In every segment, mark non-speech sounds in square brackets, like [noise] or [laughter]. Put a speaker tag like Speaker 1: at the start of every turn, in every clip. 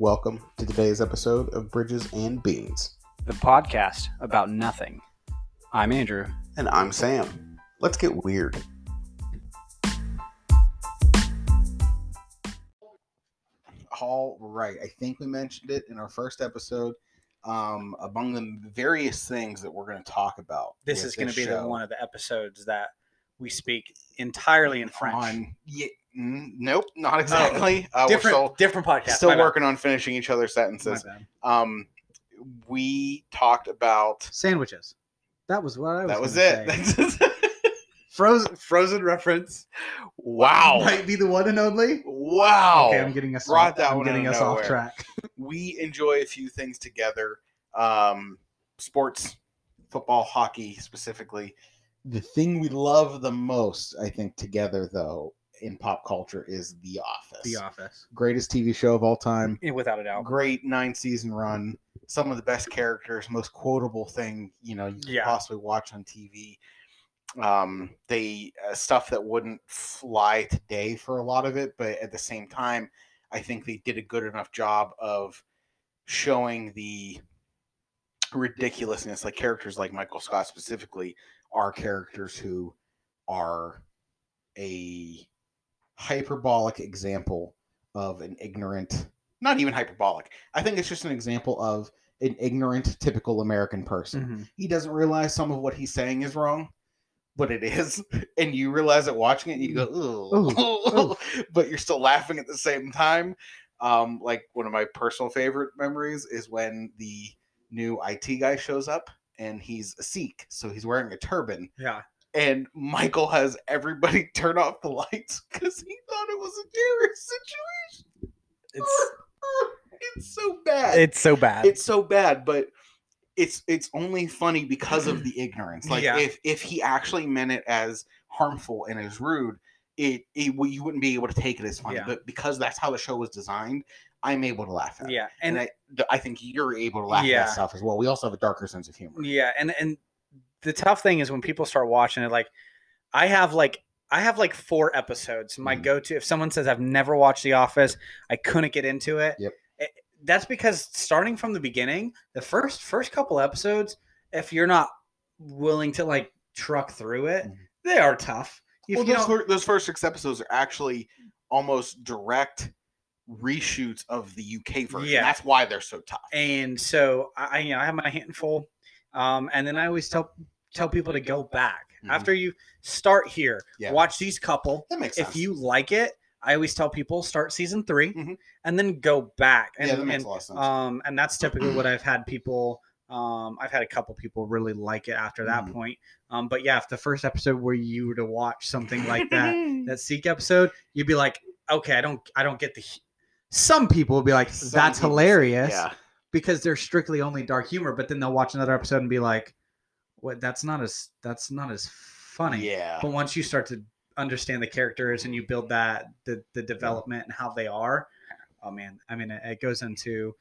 Speaker 1: Welcome to today's episode of Bridges and Beans.
Speaker 2: the podcast about nothing. I'm Andrew.
Speaker 1: And I'm Sam. Let's get weird. All right. I think we mentioned it in our first episode. Um, among the various things that we're going to talk about,
Speaker 2: This
Speaker 1: with
Speaker 2: is going to be the
Speaker 1: show
Speaker 2: one of the episodes that we speak entirely in French. Oh,
Speaker 1: On, yeah, mm, nope, not exactly. uh, we're
Speaker 2: different,
Speaker 1: still,
Speaker 2: different podcast.
Speaker 1: still
Speaker 2: my bad,
Speaker 1: working on finishing each other's
Speaker 2: my
Speaker 1: sentences.
Speaker 2: bad.
Speaker 1: Um, we talked about
Speaker 2: Sandwiches. That was what I was.
Speaker 1: that was
Speaker 2: gonna
Speaker 1: it.
Speaker 2: say.
Speaker 1: Frozen, Frozen reference. [laughs] Wow.
Speaker 2: Might be the one and only.
Speaker 1: [laughs] Wow.
Speaker 2: Okay, I'm getting us.
Speaker 1: Brought
Speaker 2: off,
Speaker 1: that
Speaker 2: I'm
Speaker 1: one out
Speaker 2: getting
Speaker 1: of
Speaker 2: us
Speaker 1: nowhere.
Speaker 2: off track.
Speaker 1: we enjoy a few things together um, sports, football, hockey specifically. The thing we love the most, I think, together, though, in pop culture is The Office.
Speaker 2: Office,
Speaker 1: Greatest TV show of all time.
Speaker 2: without a doubt.
Speaker 1: Great nine season run. Some of the best characters, most quotable thing, you know, you could
Speaker 2: Yeah.
Speaker 1: possibly watch on TV. Um, they uh, stuff that wouldn't fly today for a lot of it, but at the same time, I think they did a good enough job of showing the ridiculousness. Like characters like Michael Scott specifically are characters who are a hyperbolic example of an ignorant, not even hyperbolic. I think it's just an example of an ignorant, typical American person.
Speaker 2: Mhm.
Speaker 1: He doesn't realize some of what he's saying is wrong, but it is. [laughs] And you realize it watching it, and you go, [laughs] ooh, but you're still laughing at the same time. Um, like one of my personal favorite memories is when the new IT guy shows up and he's a Sikh, so he's wearing a turban
Speaker 2: Yeah,
Speaker 1: and Michael has everybody [laughs] turn off the lights because he thought it was a terrorist situation.
Speaker 2: it's
Speaker 1: [laughs] It's so bad.
Speaker 2: it's so bad.
Speaker 1: It's so bad, but it's it's only funny because
Speaker 2: [clears throat]
Speaker 1: of the ignorance. Like
Speaker 2: Yeah.
Speaker 1: if if he actually meant it as harmful and as rude, it, it well, you wouldn't be able to take it as funny.
Speaker 2: Yeah.
Speaker 1: But because that's how the show was designed, I'm able to laugh at it.
Speaker 2: yeah,
Speaker 1: And,
Speaker 2: and
Speaker 1: I th- I think you're able to laugh at
Speaker 2: Yeah.
Speaker 1: that stuff as well. We also have a darker sense of humor.
Speaker 2: Yeah, and and the tough thing is when people start watching it, like I have like I have like four episodes. My
Speaker 1: Mhm.
Speaker 2: go-to if someone says I've never watched The Office, I couldn't get into it.
Speaker 1: Yep.
Speaker 2: it- that's because starting from the beginning, the first first couple episodes, if you're not willing to like truck through it,
Speaker 1: Mhm.
Speaker 2: they are tough. If
Speaker 1: well,
Speaker 2: you
Speaker 1: those,
Speaker 2: don't-
Speaker 1: fir- those first six episodes are actually almost direct reshoots of the UK version.
Speaker 2: Yeah.
Speaker 1: That's why they're so tough.
Speaker 2: and so I I, you know I have my handful, um, and then I always tell tell people to go back
Speaker 1: Mhm.
Speaker 2: after you start here,
Speaker 1: Yeah.
Speaker 2: watch these couple,
Speaker 1: that makes sense.
Speaker 2: if you like it, I always tell people start season 3
Speaker 1: Mhm.
Speaker 2: and then go back. And,
Speaker 1: yeah, that makes
Speaker 2: and,
Speaker 1: a lot of sense.
Speaker 2: um, and that's typically what I've had people. Um, I've had a couple people really like it after that
Speaker 1: Mhm.
Speaker 2: point. Um, but yeah, if the first episode where you were to watch something
Speaker 1: [laughs]
Speaker 2: like that, that Seek episode, you'd be like, okay, I don't, I don't get the. hu- Some people would be like,
Speaker 1: Some
Speaker 2: that's
Speaker 1: people-
Speaker 2: hilarious
Speaker 1: yeah.
Speaker 2: because they're strictly only dark humor. But then they'll watch another episode and be like, what? That's not as, that's not as funny.
Speaker 1: Yeah.
Speaker 2: But once you start to understand the characters and you build that the the development and how they are, oh man, I mean it, it goes into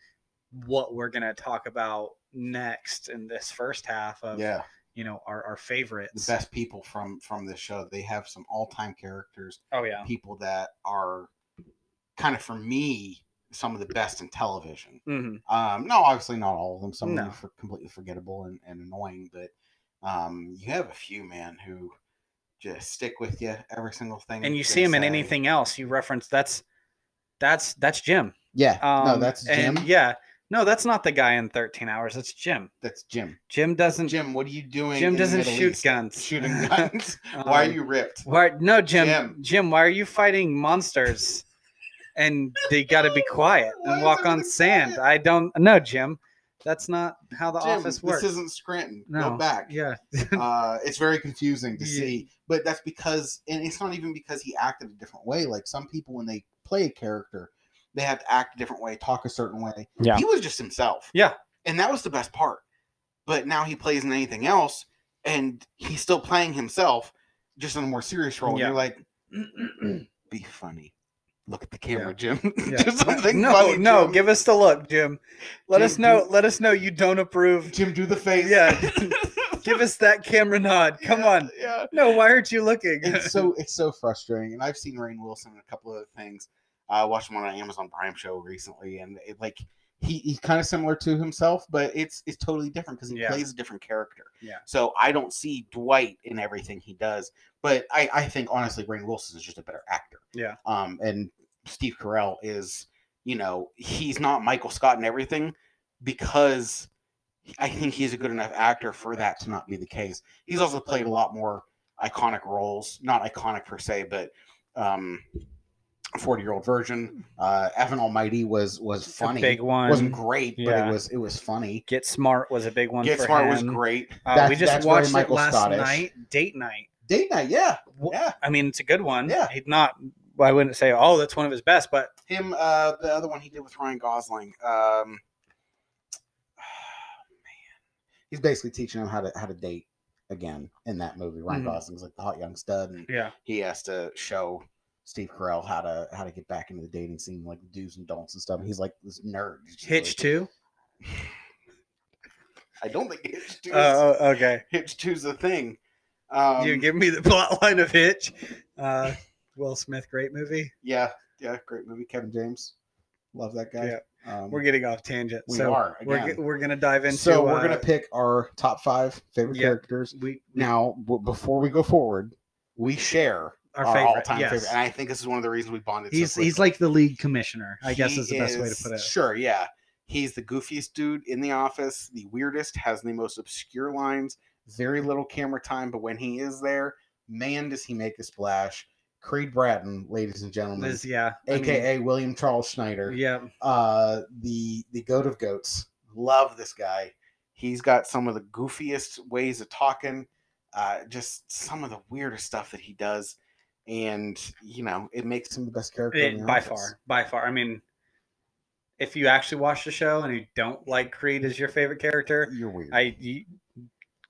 Speaker 2: what we're gonna talk about next in this first half of
Speaker 1: Yeah.
Speaker 2: you know our, our
Speaker 1: The
Speaker 2: favorites.
Speaker 1: best people from from this show, they have some all-time characters,
Speaker 2: Oh yeah.
Speaker 1: people that are kind of for me some of the best in television.
Speaker 2: hmm
Speaker 1: Um, no, obviously not all of them. Some of
Speaker 2: No.
Speaker 1: them are completely forgettable and, and annoying, but um, you have a few man who just stick with you every single thing.
Speaker 2: And you
Speaker 1: they
Speaker 2: see him in
Speaker 1: say.
Speaker 2: anything else you reference that's that's that's Jim.
Speaker 1: Yeah,
Speaker 2: Um,
Speaker 1: no, that's Jim.
Speaker 2: and yeah. No, that's not the guy in 13 hours. That's Jim.
Speaker 1: That's Jim.
Speaker 2: Jim doesn't Jim,
Speaker 1: Jim, what are you doing? in the
Speaker 2: doesn't
Speaker 1: Middle
Speaker 2: shoot
Speaker 1: East?
Speaker 2: guns. [laughs]
Speaker 1: Shooting guns. Why are
Speaker 2: Um,
Speaker 1: you ripped?
Speaker 2: Why? No, Jim,
Speaker 1: Jim.
Speaker 2: Jim. Why are you fighting monsters? And they got
Speaker 1: [laughs]
Speaker 2: to be quiet
Speaker 1: Why
Speaker 2: and
Speaker 1: is
Speaker 2: walk on
Speaker 1: everything
Speaker 2: sand.
Speaker 1: quiet?
Speaker 2: I don't. No, Jim. That's not how the
Speaker 1: Jim,
Speaker 2: office
Speaker 1: this
Speaker 2: works.
Speaker 1: isn't Scranton. Go
Speaker 2: No.
Speaker 1: back. [clears throat]
Speaker 2: yeah. [laughs]
Speaker 1: uh, it's very confusing to
Speaker 2: Yeah.
Speaker 1: see, but that's because, and it's not even because he acted a different way. Like some people, when they play a character, they have to act a different way, talk a certain way.
Speaker 2: Yeah.
Speaker 1: he was just himself.
Speaker 2: Yeah.
Speaker 1: and that was the best part. But now he plays in anything else, and he's still playing himself, just in a more serious role. And
Speaker 2: Yeah.
Speaker 1: you're like, be funny. Look at the camera, Jim. [laughs]
Speaker 2: Yeah.
Speaker 1: Do something
Speaker 2: no,
Speaker 1: funny,
Speaker 2: no.
Speaker 1: Jim.
Speaker 2: Give us the look, Jim. Let
Speaker 1: Jim,
Speaker 2: us know.
Speaker 1: do-
Speaker 2: Let us know you
Speaker 1: [laughs]
Speaker 2: don't approve.
Speaker 1: Jim, do the face.
Speaker 2: Yeah. Give us that camera nod. Come on.
Speaker 1: [laughs] Yeah.
Speaker 2: No, why aren't you looking?
Speaker 1: it's so it's so frustrating. And I've seen Rain Wilson in a couple of other things. I watched him on an Amazon Prime show recently, and it, like he, he's kind of similar to himself, but it's it's totally different because he
Speaker 2: Yeah.
Speaker 1: plays a different character.
Speaker 2: Yeah.
Speaker 1: So I don't see Dwight in everything he does, but I I think honestly, Rain Wilson is just a better actor.
Speaker 2: Yeah.
Speaker 1: Um, and Steve Carell is, you know, he's not Michael Scott in everything because I think he's a good enough actor for that to not be the case. He's also played a lot more iconic roles, not iconic per se, but um, forty year old virgin. Uh, Evan Almighty was was funny.
Speaker 2: [laughs] Hmm. A big one.
Speaker 1: wasn't great, but
Speaker 2: Yeah.
Speaker 1: it was it was funny.
Speaker 2: Get Smart was a big one.
Speaker 1: Get
Speaker 2: for
Speaker 1: Smart was
Speaker 2: him.
Speaker 1: great.
Speaker 2: Uh, we
Speaker 1: That's-
Speaker 2: just
Speaker 1: that's very
Speaker 2: watched it
Speaker 1: Michael
Speaker 2: last
Speaker 1: Scottish.
Speaker 2: night, date night.
Speaker 1: Date night, yeah,
Speaker 2: Wh-
Speaker 1: yeah.
Speaker 2: I mean, it's a good one.
Speaker 1: Yeah.
Speaker 2: He's not. I wouldn't say, oh, that's one of his best, but
Speaker 1: Him, uh, the other one he did with Ryan Gosling. Um, [sighs] man, he's basically teaching him how to how to date again in that movie. Ryan
Speaker 2: Mhm.
Speaker 1: Gosling's like the hot young stud, and
Speaker 2: yeah,
Speaker 1: he has to show Steve Carell how to how to get back into the dating scene, like the do's and don'ts and stuff. He's like this nerd. He's just
Speaker 2: Hitch
Speaker 1: like-
Speaker 2: too.
Speaker 1: I don't think Hitch two.
Speaker 2: Oh, oh, okay.
Speaker 1: Hitch two's a thing. Um,
Speaker 2: you give me the [laughs] plot line of Hitch. Uh, Will Smith, great movie.
Speaker 1: yeah, yeah, great movie. Kevin James, love that guy. Um,
Speaker 2: We're getting off tangent.
Speaker 1: we
Speaker 2: so
Speaker 1: are
Speaker 2: we're
Speaker 1: again.
Speaker 2: g- we're gonna dive into.
Speaker 1: so we're
Speaker 2: uh,
Speaker 1: gonna pick our top five favorite
Speaker 2: yeah.
Speaker 1: characters.
Speaker 2: we
Speaker 1: Now, w- before we go forward, we share
Speaker 2: our,
Speaker 1: our,
Speaker 2: favorite.
Speaker 1: all-time
Speaker 2: yes.
Speaker 1: favorite, and I think this is one of the reasons we bonded. so
Speaker 2: He's he's
Speaker 1: quickly.
Speaker 2: like the league commissioner. I guess
Speaker 1: He
Speaker 2: is the best way to put it.
Speaker 1: Sure, yeah. He's the goofiest dude in the office, the weirdest, has the most obscure lines, very little camera time, but when he is there, man, does he make a splash. Creed Bratton, ladies and gentlemen,
Speaker 2: Liz, yeah. I mean,
Speaker 1: aka William Charles Schneider,
Speaker 2: yeah.
Speaker 1: uh, the the goat of goats. Love this guy. He's got some of the goofiest ways of talking, uh, just some of the weirdest stuff that he does, and you know it makes him the best character in
Speaker 2: It-
Speaker 1: the
Speaker 2: Eh, by
Speaker 1: office.
Speaker 2: far, by far. I mean, if you actually watch the show and you don't like Creed as your favorite character,
Speaker 1: You're weird.
Speaker 2: I you-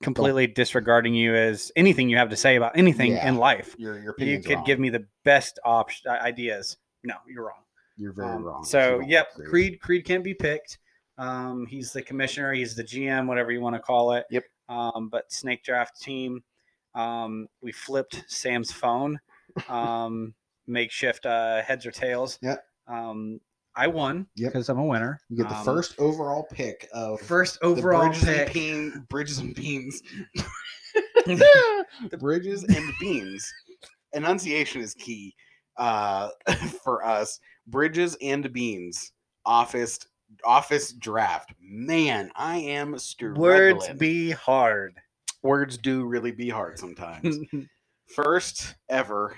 Speaker 2: completely disregarding you as anything you have to say about anything
Speaker 1: Yeah.
Speaker 2: in life.
Speaker 1: your your
Speaker 2: You
Speaker 1: opinion's
Speaker 2: could
Speaker 1: wrong.
Speaker 2: give me the best option uh, ideas. No, you're wrong.
Speaker 1: You're very
Speaker 2: Um,
Speaker 1: wrong. if you
Speaker 2: So
Speaker 1: don't
Speaker 2: yep,
Speaker 1: agree.
Speaker 2: Creed Creed can be picked. Um, he's the commissioner. He's the GM, whatever you want to call it.
Speaker 1: Yep.
Speaker 2: Um, but snake draft team. Um, we flipped Sam's phone.
Speaker 1: [laughs]
Speaker 2: Um, makeshift uh, heads or tails.
Speaker 1: Yep.
Speaker 2: Um, I won
Speaker 1: Yep.
Speaker 2: because I'm a winner.
Speaker 1: You get the
Speaker 2: Um,
Speaker 1: first overall pick of
Speaker 2: first
Speaker 1: the
Speaker 2: overall
Speaker 1: Bridges and
Speaker 2: pick.
Speaker 1: Bean- Bridges and
Speaker 2: [laughs]
Speaker 1: beans. Bridges and beans. Enunciation is key uh, [laughs] for us. Bridges and beans. Office office draft. Man, I am
Speaker 2: Words
Speaker 1: struggling. [laughs]
Speaker 2: be hard.
Speaker 1: Words do really be hard sometimes. First ever,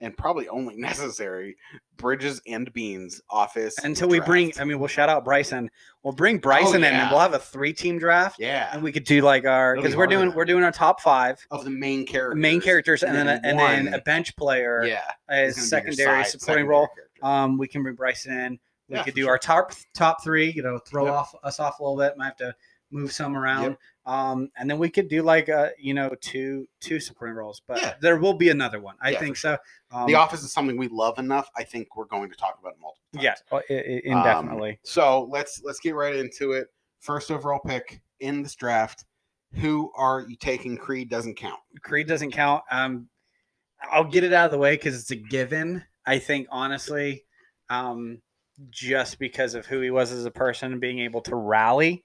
Speaker 1: and probably only [laughs] necessary. Bridges and beans. Office
Speaker 2: Until we bring,
Speaker 1: draft. Oh,
Speaker 2: I mean, we'll shout out Bryson. We'll bring Bryson in,
Speaker 1: yeah.
Speaker 2: and we'll have a three-team draft,
Speaker 1: yeah
Speaker 2: and we could do like our
Speaker 1: It'll be
Speaker 2: because we're doing
Speaker 1: harder.
Speaker 2: we're doing our top five.
Speaker 1: of the main characters.
Speaker 2: main characters and,
Speaker 1: and
Speaker 2: then a,
Speaker 1: then
Speaker 2: and then
Speaker 1: one-
Speaker 2: a bench player
Speaker 1: Yeah.
Speaker 2: as
Speaker 1: He's gonna be your
Speaker 2: secondary
Speaker 1: side-
Speaker 2: supporting
Speaker 1: secondary
Speaker 2: role.
Speaker 1: character.
Speaker 2: Um, we can bring Bryson in. We
Speaker 1: Yeah,
Speaker 2: could
Speaker 1: for
Speaker 2: do
Speaker 1: sure.
Speaker 2: our top top three. You know, throw
Speaker 1: Yep.
Speaker 2: off us off a little bit. Might have to move some around.
Speaker 1: Yep.
Speaker 2: Um, and then we could do like uh, you know, two two supporting roles. But
Speaker 1: Yeah.
Speaker 2: there will be another one. I
Speaker 1: Yeah, for
Speaker 2: think so. Um,
Speaker 1: the Office is something we love enough. I think we're going to talk about it multiple times.
Speaker 2: Yeah, uh, i- i-
Speaker 1: Um,
Speaker 2: indefinitely.
Speaker 1: so let's let's get right into it. First overall pick in this draft. Who are you taking? Creed doesn't count.
Speaker 2: Creed doesn't count. Um, I'll get it out of the way because it's a given. I think honestly, um, just because of who he was as a person and being able to rally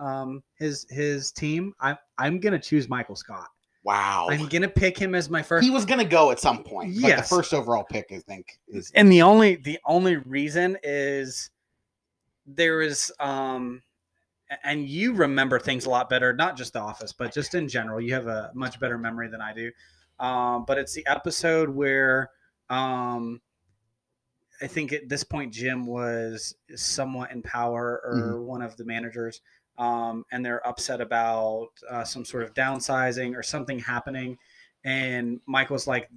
Speaker 2: um, his his team, I'm I'm gonna choose Michael Scott.
Speaker 1: Wow.
Speaker 2: I'm gonna pick him as my first.
Speaker 1: he was gonna go at some point. Like the
Speaker 2: Yes.
Speaker 1: first overall pick, I think, is
Speaker 2: and the only the only reason is there is um a- and you remember things a lot better not just the office but just in general you have a much better memory than i do um but it's the episode where um i think at this point jim was somewhat in power or one of the managers um and they're upset about uh, some sort of downsizing or something happening and michael's like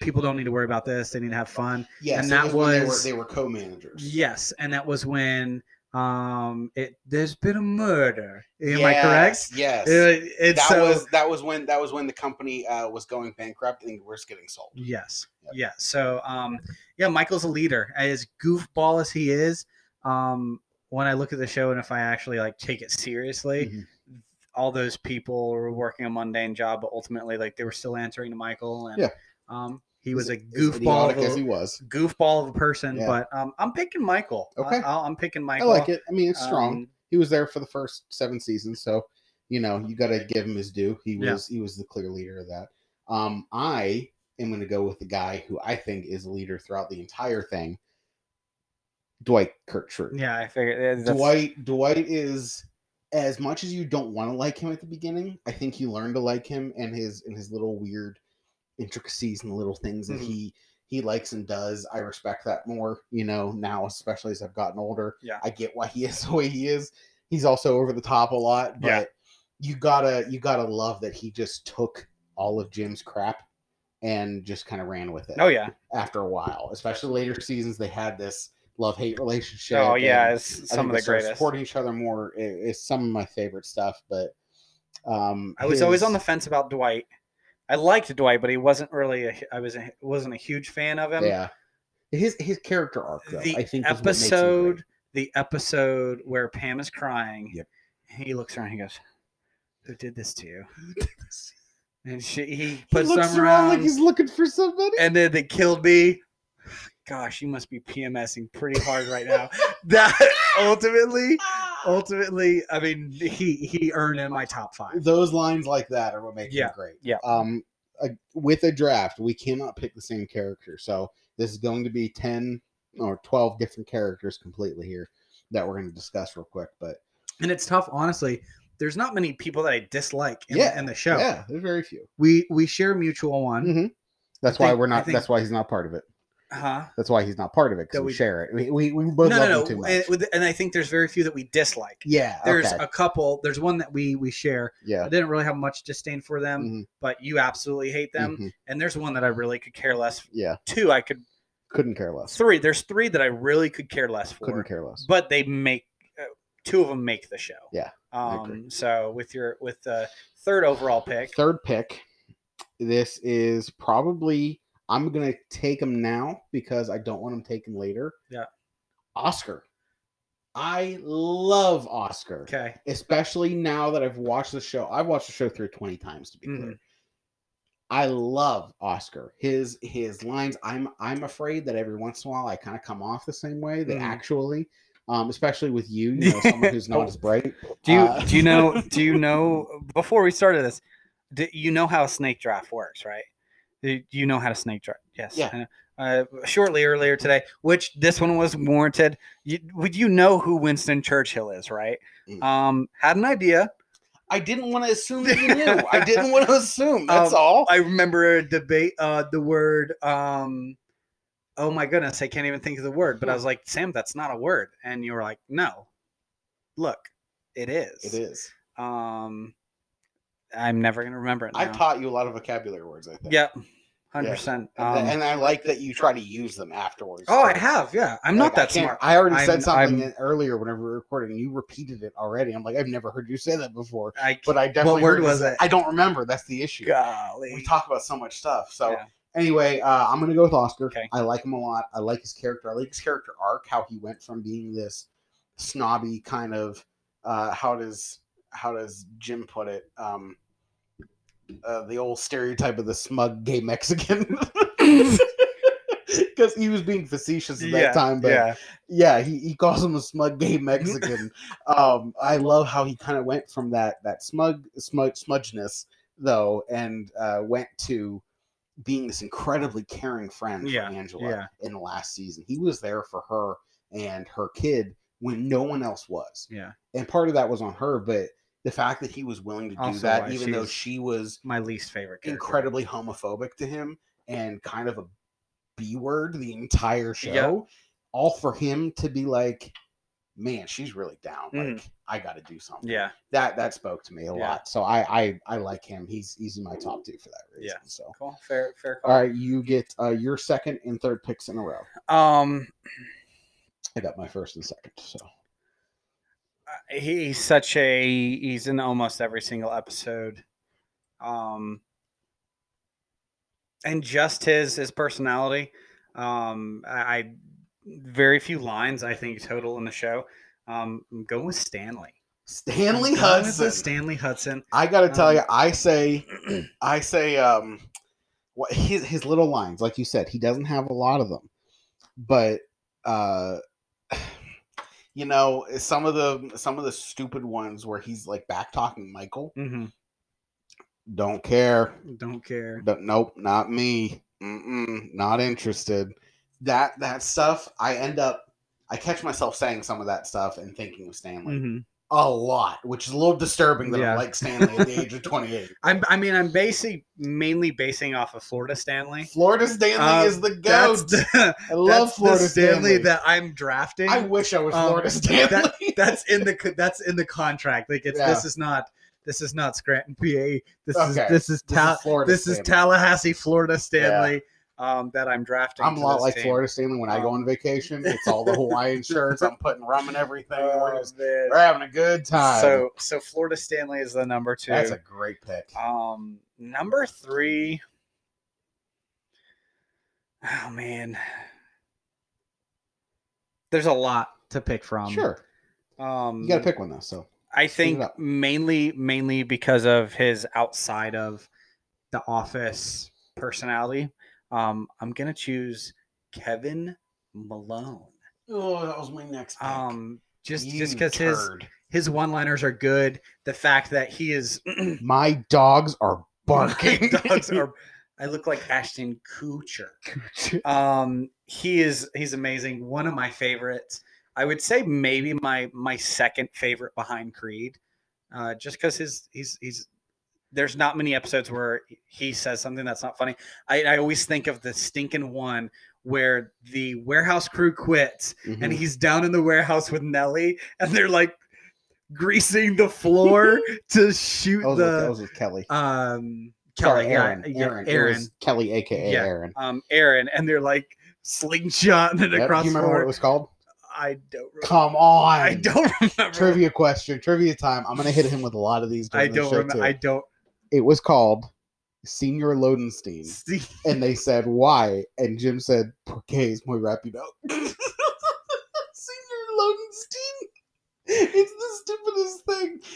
Speaker 2: people don't need to worry about this they need to have fun
Speaker 1: yes.
Speaker 2: and
Speaker 1: it
Speaker 2: that
Speaker 1: when they were,
Speaker 2: was-
Speaker 1: they were co-managers.
Speaker 2: Yes, and that was when um it there's been a murder. Am I correct?
Speaker 1: Yes.
Speaker 2: It, it's
Speaker 1: that
Speaker 2: so-
Speaker 1: was that was when that was when the company uh, was going bankrupt and was getting sold.
Speaker 2: yes.
Speaker 1: Yep.
Speaker 2: Yeah. So um yeah, Michael's a leader. As goofball as he is, um when I look at the show and if I actually like take it seriously,
Speaker 1: Mhm.
Speaker 2: all those people were working a mundane job, but ultimately like they were still answering to Michael and
Speaker 1: Yeah.
Speaker 2: um He was a
Speaker 1: As
Speaker 2: goofball,
Speaker 1: idiotic
Speaker 2: of
Speaker 1: as he
Speaker 2: a,
Speaker 1: was.
Speaker 2: goofball of a person,
Speaker 1: Yeah.
Speaker 2: but um, I'm picking Michael.
Speaker 1: Okay.
Speaker 2: I, am picking
Speaker 1: I
Speaker 2: Michael.
Speaker 1: like it. I mean, it's strong.
Speaker 2: Um,
Speaker 1: he was there for the first seven seasons, so you know you got to give him his due. He
Speaker 2: Yeah.
Speaker 1: was he was the clear leader of that. Um, I am going to go with the guy who I think is a leader throughout the entire thing, Dwight Kirktrud.
Speaker 2: yeah, I figured. yeah, That's,
Speaker 1: Dwight Dwight is as much as you don't want to like him at the beginning, I think you learn to like him and his and his little weird intricacies and the little things that
Speaker 2: Mhm.
Speaker 1: he he likes and does. I respect that more, you know, now especially as I've gotten older.
Speaker 2: Yeah.
Speaker 1: I get why he [laughs] is the way he is. He's also over the top a lot, but
Speaker 2: Yeah.
Speaker 1: you gotta you gotta love that he just took all of Jim's crap and just kind of ran with it
Speaker 2: Oh yeah.
Speaker 1: after a while. Especially later seasons, they had this love hate relationship.
Speaker 2: Oh
Speaker 1: and-
Speaker 2: yeah. It's
Speaker 1: I
Speaker 2: some
Speaker 1: think
Speaker 2: of
Speaker 1: they
Speaker 2: the
Speaker 1: started
Speaker 2: greatest.
Speaker 1: Supporting each other more i- is some of my favorite stuff, but um,
Speaker 2: I was always
Speaker 1: his-
Speaker 2: on the fence about Dwight. I liked Dwight, but he wasn't really. A, I was a, wasn't a huge fan of him.
Speaker 1: yeah. His his character arc, though,
Speaker 2: the
Speaker 1: I think, is what makes him great.
Speaker 2: episode, the episode where Pam is crying.
Speaker 1: Yep.
Speaker 2: He looks around. He goes, "Who did this
Speaker 1: [laughs]
Speaker 2: to you?" And she, he
Speaker 1: He
Speaker 2: puts
Speaker 1: looks
Speaker 2: them
Speaker 1: around
Speaker 2: around,
Speaker 1: like he's looking for somebody.
Speaker 2: and then they killed me. Gosh, you must be PMSing pretty hard right
Speaker 1: [laughs]
Speaker 2: now. that ultimately,
Speaker 1: Ah!
Speaker 2: ultimately, I mean, he he earned in my top five.
Speaker 1: Those lines like that are what make
Speaker 2: Yeah,
Speaker 1: him great.
Speaker 2: yeah.
Speaker 1: Um, a- with a draft, we cannot pick the same character, so this is going to be ten or twelve different characters completely here that we're going to discuss real quick. But
Speaker 2: And it's tough, honestly. There's not many people that I dislike in,
Speaker 1: Yeah,
Speaker 2: the, in the show.
Speaker 1: yeah, there's very few.
Speaker 2: We we share mutual one.
Speaker 1: Mhm. That's
Speaker 2: I
Speaker 1: why
Speaker 2: think-
Speaker 1: we're
Speaker 2: I
Speaker 1: not.
Speaker 2: think-
Speaker 1: that's why he's not part of it.
Speaker 2: Huh?
Speaker 1: That's why he's not part of it because
Speaker 2: That
Speaker 1: we,
Speaker 2: we-
Speaker 1: share it. We, we, we
Speaker 2: Uh-huh. No,
Speaker 1: both Mm-hmm. love
Speaker 2: no,
Speaker 1: him too
Speaker 2: no.
Speaker 1: much.
Speaker 2: And, with- and I think there's very few that we dislike.
Speaker 1: yeah,
Speaker 2: There's
Speaker 1: okay.
Speaker 2: a couple. There's one that we we share. I
Speaker 1: yeah.
Speaker 2: didn't really have much disdain for them,
Speaker 1: Mhm,
Speaker 2: but you absolutely hate them.
Speaker 1: mhm,
Speaker 2: And there's one that I really could care less.
Speaker 1: yeah,
Speaker 2: Two, I could
Speaker 1: couldn't care less.
Speaker 2: three. There's three that I really could care less for.
Speaker 1: Couldn't care less.
Speaker 2: but they make uh, two of them make the show.
Speaker 1: Yeah, I agree.
Speaker 2: Um. So with your with the third overall pick,
Speaker 1: Third pick. This is probably I'm gonna take him now because I don't want him taken later.
Speaker 2: Yeah.
Speaker 1: Oscar. I love Oscar,
Speaker 2: okay,
Speaker 1: especially now that I've watched the show. I've watched the show through 20 times to be
Speaker 2: Mhm.
Speaker 1: clear. I love Oscar. His his lines. I'm I'm afraid that every once in a while I kind of come off the same way. That
Speaker 2: Mhm.
Speaker 1: actually, um, especially with you, [laughs] you know, someone who's not as bright.
Speaker 2: do you
Speaker 1: Uh,
Speaker 2: do
Speaker 1: [laughs]
Speaker 2: you know do you know before we started this, do you know how a snake draft works, right? Do you know how to snake draft? Yes.
Speaker 1: Yeah.
Speaker 2: I know. Uh, shortly earlier today, which this one was warranted. You, would you know who Winston Churchill is, right?
Speaker 1: Mm.
Speaker 2: Um, had an idea.
Speaker 1: I didn't want to [laughs] assume that you knew. I didn't want to assume. That's
Speaker 2: Um,
Speaker 1: all.
Speaker 2: I remember a debate, uh, the word, um, oh my goodness, I can't even think of the word,
Speaker 1: Hmm.
Speaker 2: but I was like, Sam, that's not a word. And you were like, no, look, it is.
Speaker 1: It is.
Speaker 2: Um, I'm never going to remember it.
Speaker 1: I've
Speaker 2: now.
Speaker 1: taught you a lot of vocabulary words. I think.
Speaker 2: Yep. 100%.
Speaker 1: And,
Speaker 2: Um,
Speaker 1: and I like that you try to use them afterwards.
Speaker 2: oh, I
Speaker 1: too.
Speaker 2: have. Yeah. I'm
Speaker 1: Like,
Speaker 2: not
Speaker 1: I
Speaker 2: that
Speaker 1: can't-
Speaker 2: smart.
Speaker 1: I already
Speaker 2: I'm-
Speaker 1: said something
Speaker 2: I'm-
Speaker 1: in- earlier whenever we were recording. You repeated it already. I'm like, I've never heard you say that before.
Speaker 2: I,
Speaker 1: But I definitely.
Speaker 2: word
Speaker 1: heard you
Speaker 2: was
Speaker 1: say-
Speaker 2: it?
Speaker 1: I don't remember. That's the issue.
Speaker 2: golly.
Speaker 1: we talk about so much stuff. So
Speaker 2: Yeah.
Speaker 1: anyway, uh, I'm gonna go with Oscar.
Speaker 2: Okay.
Speaker 1: I like him a lot. I like his character. I like his character arc. How he went from being this snobby kind of uh, how does how does Jim put it? Um, uh, the old stereotype of the smug gay
Speaker 2: [laughs]
Speaker 1: Mexican. [laughs] Because he was being facetious at that
Speaker 2: yeah,
Speaker 1: time, but
Speaker 2: yeah.
Speaker 1: yeah, he, he calls him a smug
Speaker 2: [laughs]
Speaker 1: gay Mexican. um, I love how he kind of went from that that smug smug smudgeness though, and uh, went to being this incredibly caring friend
Speaker 2: Yeah,
Speaker 1: for Angela
Speaker 2: yeah.
Speaker 1: in the last season. He was there for her and her kid when no one else was,
Speaker 2: Yeah.
Speaker 1: and part of that was on her. But the fact that he was willing to do
Speaker 2: Also
Speaker 1: that,
Speaker 2: why
Speaker 1: even though
Speaker 2: she's
Speaker 1: she was
Speaker 2: My least favorite. Character.
Speaker 1: incredibly homophobic to him and kind of a B word the entire show,
Speaker 2: Yeah.
Speaker 1: all for him to be like, man, she's really down.
Speaker 2: Mhm.
Speaker 1: Like, I got to do something.
Speaker 2: Yeah.
Speaker 1: That that spoke to me a
Speaker 2: Yeah.
Speaker 1: lot. So I, I I like him. He's he's in my top two for that reason.
Speaker 2: Yeah.
Speaker 1: So
Speaker 2: Cool. Fair, fair call.
Speaker 1: all right, you get uh, your second and third picks in a row.
Speaker 2: Um,
Speaker 1: I got my first and second. So
Speaker 2: uh, he's such a he's in almost every single episode um and just his his personality um i, I very few lines i think total in the show um i'm going with stanley I'm
Speaker 1: Stanley
Speaker 2: going with the
Speaker 1: Hudson.
Speaker 2: stanley hudson
Speaker 1: I gotta tell
Speaker 2: Um,
Speaker 1: you, I say, I say, um, what his his little lines, like you said, he doesn't have a lot of them, but uh, [sighs] you know, some of the some of the stupid ones where he's like back talking Michael,
Speaker 2: hmm
Speaker 1: don't care,
Speaker 2: Don't care.
Speaker 1: Don't- nope, not me, Mm-mm, not interested. That that stuff, I end up, I catch myself saying some of that stuff and thinking of Stanley
Speaker 2: hmm
Speaker 1: a lot, which is a little disturbing that
Speaker 2: Yeah.
Speaker 1: I'm like Stanley at the age of twenty eight.
Speaker 2: I'm, I mean, I'm basically mainly basing off of Florida Stanley.
Speaker 1: Florida Stanley
Speaker 2: Um,
Speaker 1: is the
Speaker 2: That's
Speaker 1: goat.
Speaker 2: the,
Speaker 1: I love
Speaker 2: that's
Speaker 1: Florida
Speaker 2: the Stanley,
Speaker 1: Stanley.
Speaker 2: that I'm drafting.
Speaker 1: I wish I was
Speaker 2: Um,
Speaker 1: Florida Stanley.
Speaker 2: that-
Speaker 1: [laughs]
Speaker 2: that's in the co- that's in the contract. Like it's this is not this is not Scranton, PA. This
Speaker 1: Okay.
Speaker 2: is this
Speaker 1: This
Speaker 2: is Ta-
Speaker 1: is Florida
Speaker 2: this is
Speaker 1: Stanley.
Speaker 2: Tallahassee, Florida Stanley. Um, that I'm drafting.
Speaker 1: I'm a
Speaker 2: to
Speaker 1: lot
Speaker 2: this
Speaker 1: like
Speaker 2: team.
Speaker 1: Florida Stanley when I go
Speaker 2: Um,
Speaker 1: on vacation. It's all
Speaker 2: [laughs]
Speaker 1: the Hawaiian shirts. I'm putting rum and everything. we're,
Speaker 2: Oh,
Speaker 1: just,
Speaker 2: man.
Speaker 1: we're having a good time.
Speaker 2: So so Florida Stanley is the number two.
Speaker 1: that's a great pick.
Speaker 2: Um, number three. Oh man, there's a lot to pick from.
Speaker 1: sure,
Speaker 2: Um,
Speaker 1: you got to pick one though. So Clean
Speaker 2: I
Speaker 1: it
Speaker 2: think
Speaker 1: up.
Speaker 2: mainly mainly because of his outside of the office personality. Um, I'm gonna choose Kevin Malone.
Speaker 1: oh, that was my next
Speaker 2: Um, just just because his his one liners are good. The fact that he is
Speaker 1: my dogs
Speaker 2: [laughs]
Speaker 1: are barking.
Speaker 2: dogs
Speaker 1: [laughs]
Speaker 2: are. [laughs] I look like Ashton Kutcher. Um, he is he's amazing. One of my favorites. I would say maybe my my second favorite behind Creed, uh, just because his he's he's there's not many episodes where he says something that's not funny. I, I always think of the stinking one where the warehouse crew quits
Speaker 1: Mhm.
Speaker 2: and he's down in the warehouse with Nelly and they're like greasing
Speaker 1: [laughs]
Speaker 2: the floor to shoot
Speaker 1: that, was
Speaker 2: the
Speaker 1: with, that was with Kelly.
Speaker 2: um
Speaker 1: Sorry,
Speaker 2: Kelly, yeah,
Speaker 1: Aaron.
Speaker 2: yeah,
Speaker 1: Aaron.
Speaker 2: Aaron,
Speaker 1: It was Kelly, aka
Speaker 2: Yeah.
Speaker 1: Aaron.
Speaker 2: um, Aaron, and they're like slingshotting it
Speaker 1: Yep,
Speaker 2: across
Speaker 1: you
Speaker 2: the
Speaker 1: remember what it
Speaker 2: floor.
Speaker 1: was called?
Speaker 2: I don't.
Speaker 1: [laughs]
Speaker 2: Remember.
Speaker 1: Come on.
Speaker 2: I don't remember.
Speaker 1: Trivia question, trivia time. I'm gonna hit him with a lot of these.
Speaker 2: I
Speaker 1: during the
Speaker 2: don't
Speaker 1: show,
Speaker 2: remember.
Speaker 1: too.
Speaker 2: I don't
Speaker 1: it was called Senior Lodenstein.
Speaker 2: see.
Speaker 1: And
Speaker 2: [laughs]
Speaker 1: they said, why? And Jim said, porque es muy rápido. [laughs] Senior Lodenstein? It's the stupidest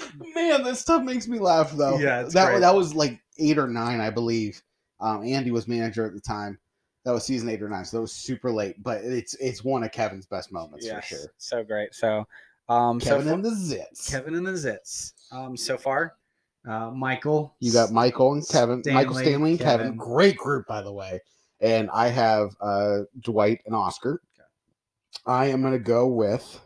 Speaker 1: thing. Man, that stuff makes me laugh, though.
Speaker 2: Yeah, it's
Speaker 1: that,
Speaker 2: great.
Speaker 1: that was like eight or nine, I believe. Um, Andy was manager at the time. That was season eight or nine, so that was super late. But it's it's one of Kevin's best moments
Speaker 2: Yes,
Speaker 1: for sure.
Speaker 2: So great. So, um,
Speaker 1: Kevin
Speaker 2: so
Speaker 1: and the Zits.
Speaker 2: far, Kevin and the Zits. Um, so far, uh, Michael.
Speaker 1: You got Michael and Kevin, Michael
Speaker 2: Stanley,
Speaker 1: Stanley and Kevin.
Speaker 2: Kevin.
Speaker 1: Great group, by the way. And I have uh, Dwight and Oscar. I am going to go with.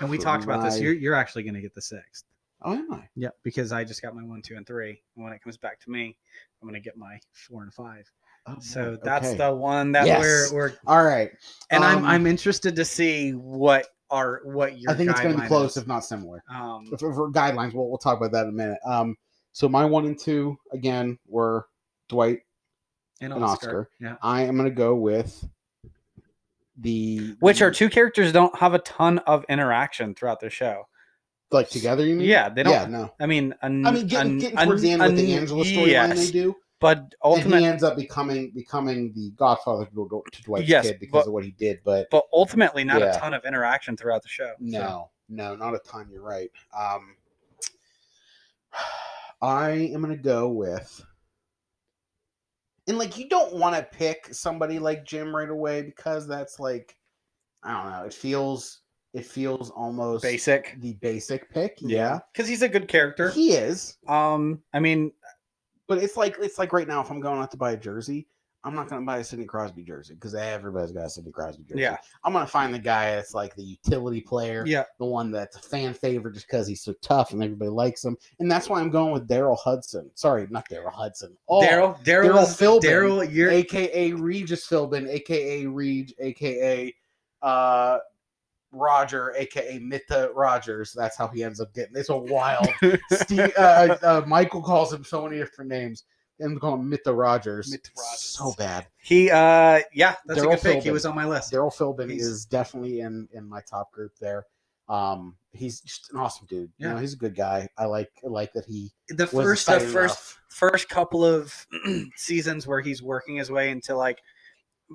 Speaker 2: and we talked about this.
Speaker 1: my-
Speaker 2: You're you're actually gonna get the sixth.
Speaker 1: Oh, am I?
Speaker 2: Yeah, because I just got my one, two, and three. And when it comes back to me, I'm gonna get my four and five.
Speaker 1: Oh,
Speaker 2: So
Speaker 1: boy.
Speaker 2: that's
Speaker 1: Okay.
Speaker 2: the one that
Speaker 1: Yes.
Speaker 2: we're we're
Speaker 1: All right.
Speaker 2: and
Speaker 1: Um,
Speaker 2: I'm I'm interested to see what are what your
Speaker 1: I think it's going to
Speaker 2: guideline
Speaker 1: be close,
Speaker 2: is.
Speaker 1: if not similar.
Speaker 2: Um,
Speaker 1: For, for guidelines, we'll, we'll talk about that in a minute. Um, so my one and two, again, were Dwight.
Speaker 2: and
Speaker 1: an
Speaker 2: Oscar.
Speaker 1: Oscar.
Speaker 2: yeah.
Speaker 1: I am going to go with the.
Speaker 2: Which are
Speaker 1: the-
Speaker 2: two characters don't have a ton of interaction throughout the show.
Speaker 1: Like together, you mean?
Speaker 2: Yeah, they don't.
Speaker 1: Mm-hmm. Yeah, no.
Speaker 2: I mean, an,
Speaker 1: I mean, getting,
Speaker 2: an-
Speaker 1: getting towards the
Speaker 2: an-
Speaker 1: end with the
Speaker 2: an-
Speaker 1: Angela storyline
Speaker 2: yes,
Speaker 1: they do,
Speaker 2: but
Speaker 1: and he
Speaker 2: ultimately,
Speaker 1: ends up becoming becoming the Godfather to, to Dwight's
Speaker 2: Yes,
Speaker 1: kid because
Speaker 2: but-
Speaker 1: of what he did. But
Speaker 2: but ultimately, not
Speaker 1: Yeah.
Speaker 2: a ton of interaction throughout the show.
Speaker 1: no,
Speaker 2: So,
Speaker 1: no, not a ton. You're right. Um, I am gonna go with, and like you don't want to pick somebody like Jim right away because that's like, I don't know. It feels it feels almost
Speaker 2: basic.
Speaker 1: the basic pick. Yeah,
Speaker 2: because he's a good character.
Speaker 1: he is.
Speaker 2: Um, I mean,
Speaker 1: But it's like it's like right now, if I'm going out to buy a jersey, I'm not going to buy a Sidney Crosby jersey because everybody's got a Sidney Crosby jersey.
Speaker 2: yeah,
Speaker 1: I'm going to find the guy that's like the utility player,
Speaker 2: yeah,
Speaker 1: the one that's a fan favorite just because he's so tough and everybody likes him. And that's why I'm going with Daryl Hudson. Sorry, not Daryl Hudson. Oh,
Speaker 2: Daryl,
Speaker 1: Daryl
Speaker 2: Daryl,
Speaker 1: Philbin,
Speaker 2: Daryl, you're
Speaker 1: aka Regis Philbin, aka Reg, aka uh, Roger, aka Mitta Rogers. That's how he ends up getting. It's a wild. Steve, uh, uh, Michael calls him so many different names. And call him Mitta Rogers.
Speaker 2: Mitta Rogers.
Speaker 1: So bad.
Speaker 2: [laughs] He, uh, yeah, that's
Speaker 1: Daryl
Speaker 2: a good pick. He
Speaker 1: Philbin.
Speaker 2: was on my list.
Speaker 1: Daryl Philbin
Speaker 2: He's-
Speaker 1: is definitely in in my top group there. Um, he's just an awesome dude. You know,
Speaker 2: Yeah.
Speaker 1: he's a good guy. I like I like that he
Speaker 2: The
Speaker 1: was
Speaker 2: first, the
Speaker 1: excited
Speaker 2: first,
Speaker 1: enough.
Speaker 2: first couple of [clears throat] seasons where he's working his way into like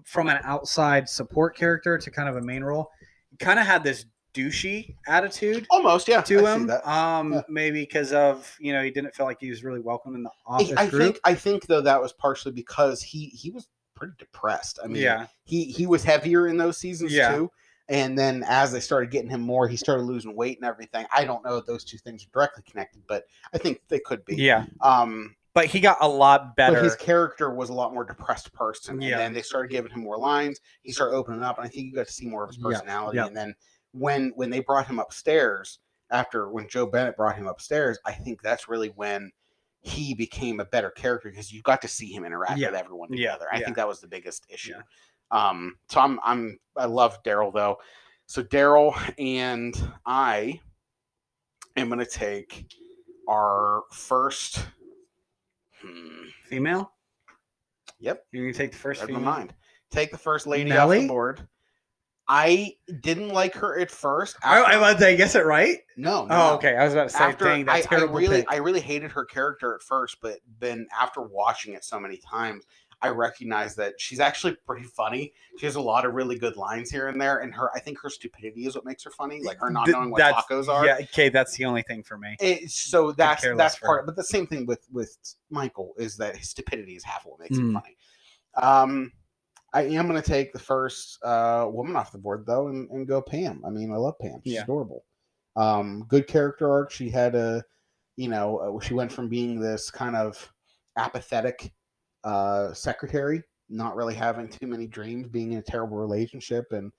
Speaker 2: from an outside support character to kind of a main role, kind of had this douchey attitude
Speaker 1: Almost, yeah.
Speaker 2: to
Speaker 1: I see
Speaker 2: him.
Speaker 1: that.
Speaker 2: Um,
Speaker 1: Yeah.
Speaker 2: maybe because of you know he didn't feel like he was really welcome in the office
Speaker 1: I, I
Speaker 2: group.
Speaker 1: think I think though that was partially because he he was pretty depressed. I mean,
Speaker 2: yeah,
Speaker 1: he he was heavier in those seasons
Speaker 2: Yeah.
Speaker 1: too. And then as they started getting him more, he started losing weight and everything. I don't know if those two things are directly connected, but I think they could be.
Speaker 2: yeah,
Speaker 1: Um,
Speaker 2: but he got a lot better.
Speaker 1: but his character was a lot more depressed person.
Speaker 2: Yeah.
Speaker 1: And then they started giving him more lines. He started opening up, and I think you got to see more of his
Speaker 2: Yeah,
Speaker 1: personality.
Speaker 2: yeah.
Speaker 1: And then when when they brought him upstairs after when Joe Bennett brought him upstairs, I think that's really when he became a better character because you got to see him interact
Speaker 2: Yeah,
Speaker 1: with everyone
Speaker 2: yeah,
Speaker 1: together. I
Speaker 2: yeah.
Speaker 1: think that was the biggest issue. Um, so I'm I'm I love Daryl though. So Daryl and I am gonna take our first. Hmm,
Speaker 2: female.
Speaker 1: Yep.
Speaker 2: you're gonna take the first
Speaker 1: Never
Speaker 2: female.
Speaker 1: mind. Take the first lady off
Speaker 2: Nelly?
Speaker 1: the board. I didn't like her at first.
Speaker 2: I,
Speaker 1: After-
Speaker 2: I, was- did I guess it right.
Speaker 1: no, no.
Speaker 2: Oh,
Speaker 1: no.
Speaker 2: okay. I was about to say,
Speaker 1: After
Speaker 2: dang,
Speaker 1: I,
Speaker 2: that's
Speaker 1: I
Speaker 2: terrible.
Speaker 1: really,
Speaker 2: pick.
Speaker 1: I really hated her character at first, but then after watching it so many times, I recognized that she's actually pretty funny. She has a lot of really good lines here and there, and her, I think her stupidity is what makes her funny, like her not
Speaker 2: Th-
Speaker 1: knowing what
Speaker 2: that's-
Speaker 1: tacos are.
Speaker 2: Yeah, okay, that's the only thing for me.
Speaker 1: It, so that's
Speaker 2: care less
Speaker 1: that's
Speaker 2: for
Speaker 1: part.
Speaker 2: her.
Speaker 1: But the same thing with with Michael is that his stupidity is half what makes
Speaker 2: Mm.
Speaker 1: him funny. Um, I am going to take the first uh, woman off the board though, and, and go Pam. I mean, I love Pam. She's
Speaker 2: Yeah.
Speaker 1: adorable. Um, good character arc. She had a, you know, uh, she went from being this kind of apathetic uh, secretary, not really having too many dreams, being in a terrible relationship, and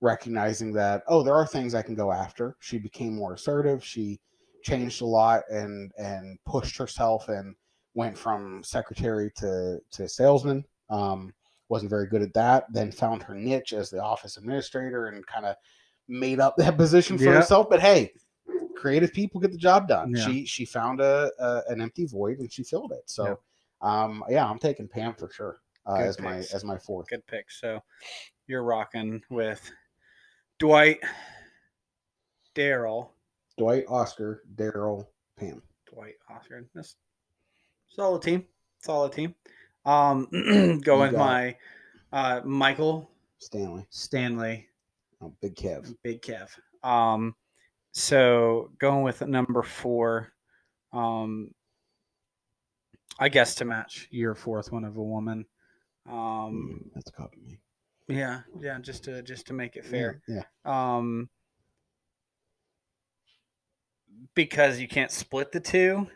Speaker 1: recognizing that oh, there are things I can go after. She became more assertive. She changed a lot and and pushed herself and went from secretary to to salesman. Um, wasn't very good at that. Then found her niche as the office administrator and kind of made up [laughs] that position for
Speaker 2: Yeah.
Speaker 1: herself. But hey, creative people get the job done.
Speaker 2: Yeah.
Speaker 1: She she found a, a an empty void and she filled it. So um yeah, I'm taking Pam for sure uh,
Speaker 2: Good
Speaker 1: as my
Speaker 2: picks.
Speaker 1: as my fourth.
Speaker 2: Good pick. So you're rocking with Dwight, Daryl,
Speaker 1: Dwight, Oscar, Daryl, Pam.
Speaker 2: Dwight, Oscar. That's solid team. Solid team. Um, [clears throat] go with
Speaker 1: got it.
Speaker 2: my uh, Michael
Speaker 1: Stanley.
Speaker 2: Stanley,
Speaker 1: Oh, big Kev.
Speaker 2: Big Kev. Um, so going with number four, um, I guess to match your fourth one of a woman. Um,
Speaker 1: Mm, that's copying me. Mm,
Speaker 2: yeah, yeah, just to just to make it
Speaker 1: Hmm. Yeah,
Speaker 2: fair.
Speaker 1: Yeah.
Speaker 2: um because you can't split the two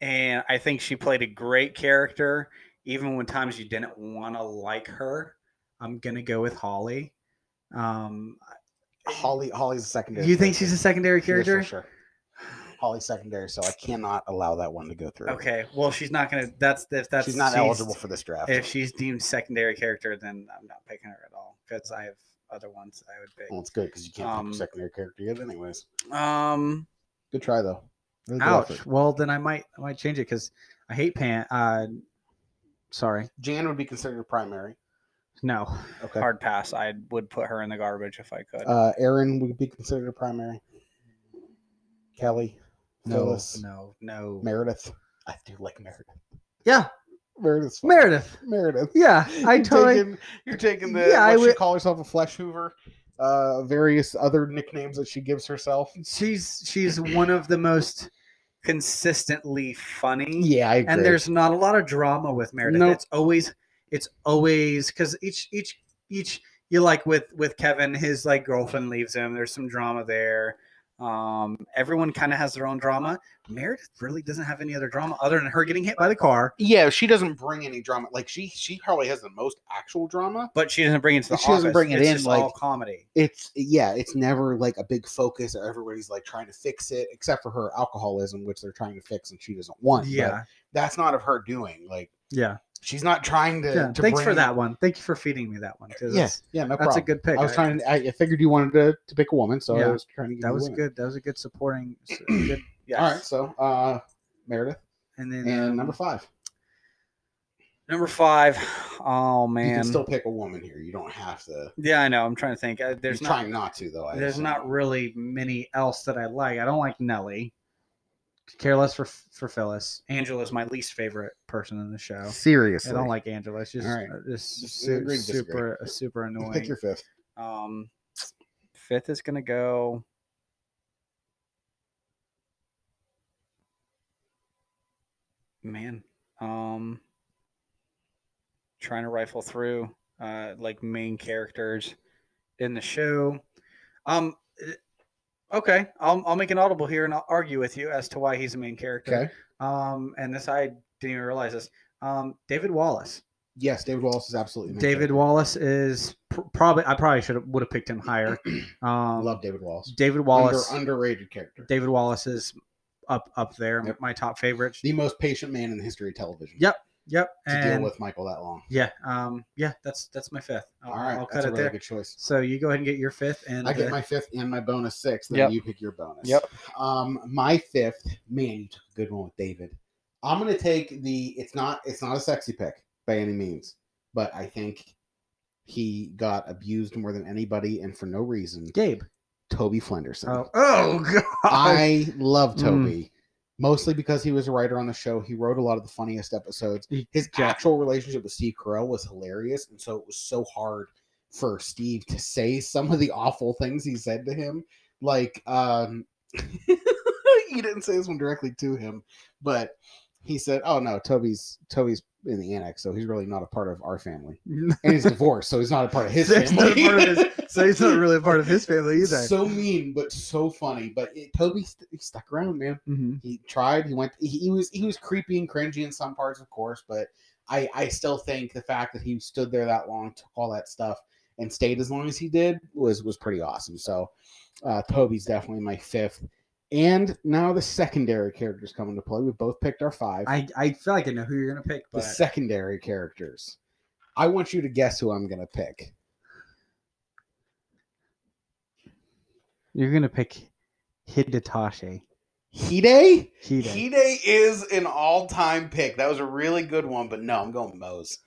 Speaker 2: and i think she played a great character even when times you didn't want to like her i'm gonna go with holly um
Speaker 1: Holly Holly's a secondary.
Speaker 2: you think
Speaker 1: character.
Speaker 2: she's a secondary
Speaker 1: She is for
Speaker 2: character
Speaker 1: sure. Holly's secondary, so I cannot allow that one to go through.
Speaker 2: okay well she's not gonna that's if that's
Speaker 1: she's not eligible for this draft.
Speaker 2: if she's deemed secondary character then i'm not picking her at all because i have other ones i would
Speaker 1: well,
Speaker 2: pick
Speaker 1: it's good because you can't pick
Speaker 2: um,
Speaker 1: a secondary character yet, anyways.
Speaker 2: um
Speaker 1: Good try though. Really good
Speaker 2: Ouch.
Speaker 1: effort.
Speaker 2: Well, then I might I might change it because I hate pan. Uh, sorry,
Speaker 1: Jan would be considered a primary.
Speaker 2: no,
Speaker 1: Okay.
Speaker 2: [laughs] hard pass. I would put her in the garbage if I could.
Speaker 1: Uh, Aaron would be considered a primary. Kelly,
Speaker 2: no,
Speaker 1: Phyllis,
Speaker 2: no, no,
Speaker 1: Meredith. I do like Meredith.
Speaker 2: Yeah.
Speaker 1: Meredith's fine.
Speaker 2: Meredith.
Speaker 1: Meredith.
Speaker 2: [laughs] Yeah, I
Speaker 1: You're
Speaker 2: totally.
Speaker 1: Taking, you're taking the.
Speaker 2: Yeah,
Speaker 1: Yeah,
Speaker 2: I
Speaker 1: what she
Speaker 2: would-
Speaker 1: call herself a flesh hoover. Uh, various other nicknames that she gives herself.
Speaker 2: She's she's one of the most consistently funny.
Speaker 1: Yeah, I agree.
Speaker 2: and there's not a lot of drama with Meredith.
Speaker 1: Nope.
Speaker 2: It's always it's always because each each each you like with with Kevin, his like girlfriend leaves him. There's some drama there. Um, everyone kind of has their own drama. Meredith really doesn't have any other drama other than her getting hit by the car,
Speaker 1: yeah, she doesn't bring any drama. Like she, she probably has the most actual drama.
Speaker 2: but she doesn't bring it to the
Speaker 1: She doesn't
Speaker 2: office.
Speaker 1: bring it
Speaker 2: it's
Speaker 1: in,
Speaker 2: just all
Speaker 1: like-
Speaker 2: comedy.
Speaker 1: it's yeah, it's never like a big focus or everybody's like trying to fix it, except for her alcoholism, which they're trying to fix and she doesn't want. but
Speaker 2: Yeah,
Speaker 1: that's not of her doing. Like
Speaker 2: yeah,
Speaker 1: she's not trying to.
Speaker 2: yeah.
Speaker 1: to
Speaker 2: Thanks for
Speaker 1: bring-
Speaker 2: that one. Thank you for feeding me that one. 'cause
Speaker 1: Yeah,
Speaker 2: that's,
Speaker 1: yeah, no
Speaker 2: that's a
Speaker 1: problem.
Speaker 2: good pick.
Speaker 1: I was trying. To, I I figured you wanted to, to pick a woman, so I
Speaker 2: Yeah.
Speaker 1: was trying to. Give
Speaker 2: That
Speaker 1: you
Speaker 2: was
Speaker 1: women.
Speaker 2: good. That was a good supporting. s-
Speaker 1: [clears throat]
Speaker 2: good, yes.
Speaker 1: All right, so uh, Meredith
Speaker 2: And then
Speaker 1: and
Speaker 2: um,
Speaker 1: number five.
Speaker 2: Number five. Oh
Speaker 1: You
Speaker 2: man.
Speaker 1: can still pick a woman here. You don't have to.
Speaker 2: yeah, I know. I'm trying to think. Uh, there's
Speaker 1: There's you're
Speaker 2: not.
Speaker 1: trying not to though. I
Speaker 2: there's
Speaker 1: assume.
Speaker 2: not really many else that I like. I don't like Nelly. Care less for for Phyllis. Angela's my least favorite person in the show.
Speaker 1: seriously.
Speaker 2: I don't like Angela. She's just
Speaker 1: All right.
Speaker 2: uh, just
Speaker 1: Just [laughs]
Speaker 2: su-
Speaker 1: agree to disagree.
Speaker 2: super super annoying.
Speaker 1: Pick your fifth.
Speaker 2: um, fifth is going to go. Man, um, trying to rifle through uh, like main characters in the show. Um, okay, I'll I'll make an audible here and I'll argue with you as to why he's a main character.
Speaker 1: Okay.
Speaker 2: Um, and this I didn't even realize this. Um, David Wallace.
Speaker 1: Yes, David Wallace is absolutely. the main
Speaker 2: David
Speaker 1: character.
Speaker 2: Wallace is pr- probably I probably should have would have picked him higher.
Speaker 1: I [clears throat]
Speaker 2: Um,
Speaker 1: love David Wallace.
Speaker 2: David Wallace.
Speaker 1: Under, underrated character.
Speaker 2: David Wallace is up up there.
Speaker 1: Yep.
Speaker 2: My top favorites.
Speaker 1: the most patient man in the history of television.
Speaker 2: Yep. Yep.
Speaker 1: To
Speaker 2: And
Speaker 1: deal with Michael that long.
Speaker 2: yeah, um, yeah, that's that's my fifth. I'll,
Speaker 1: All right,
Speaker 2: I'll
Speaker 1: that's
Speaker 2: cut
Speaker 1: a
Speaker 2: it
Speaker 1: really
Speaker 2: there.
Speaker 1: good choice.
Speaker 2: So you go ahead and get your fifth, and
Speaker 1: I get
Speaker 2: uh,
Speaker 1: my fifth and my bonus six. Then
Speaker 2: Yep.
Speaker 1: you pick your bonus.
Speaker 2: Yep.
Speaker 1: Um, my fifth, man, you took a good one with David. I'm gonna take the. It's not. It's not a sexy pick by any means, but I think he got abused more than anybody, and for no reason.
Speaker 2: Gabe.
Speaker 1: Toby Flenderson.
Speaker 2: Oh, oh [laughs] God.
Speaker 1: I
Speaker 2: [laughs]
Speaker 1: love
Speaker 2: Mm.
Speaker 1: Toby. Mostly because he was a writer on the show. He wrote a lot of the funniest episodes.
Speaker 2: He-
Speaker 1: His
Speaker 2: yeah.
Speaker 1: actual relationship with Steve Carell was hilarious. And so it was so hard for Steve to say some of the awful things he said to him. Like, um, [laughs] he didn't say this one directly to him, but he said, Oh no, Toby's Toby's in the annex, so he's really not a part of our family.
Speaker 2: [laughs]
Speaker 1: And he's divorced, so he's not a part of his
Speaker 2: So he's not a
Speaker 1: family.
Speaker 2: part of his- so he's not really a part
Speaker 1: [laughs]
Speaker 2: of his family either.
Speaker 1: So mean, but so funny. But it, Toby st- he stuck around, man.
Speaker 2: Mhm.
Speaker 1: He tried. He went. He, he was he was creepy and cringy in some parts, of course. But I I still think the fact that he stood there that long, took all that stuff, and stayed as long as he did was was pretty awesome. So uh, Toby's definitely my fifth. And now the secondary characters come into play. We both picked our five.
Speaker 2: I I feel like I know who you're gonna pick,
Speaker 1: the
Speaker 2: but
Speaker 1: secondary characters. I want you to guess who I'm gonna pick.
Speaker 2: you're gonna pick Hidetashi.
Speaker 1: Hide.
Speaker 2: Hide.
Speaker 1: Hide is an all-time pick. That was a really good one, but no, I'm going Mose.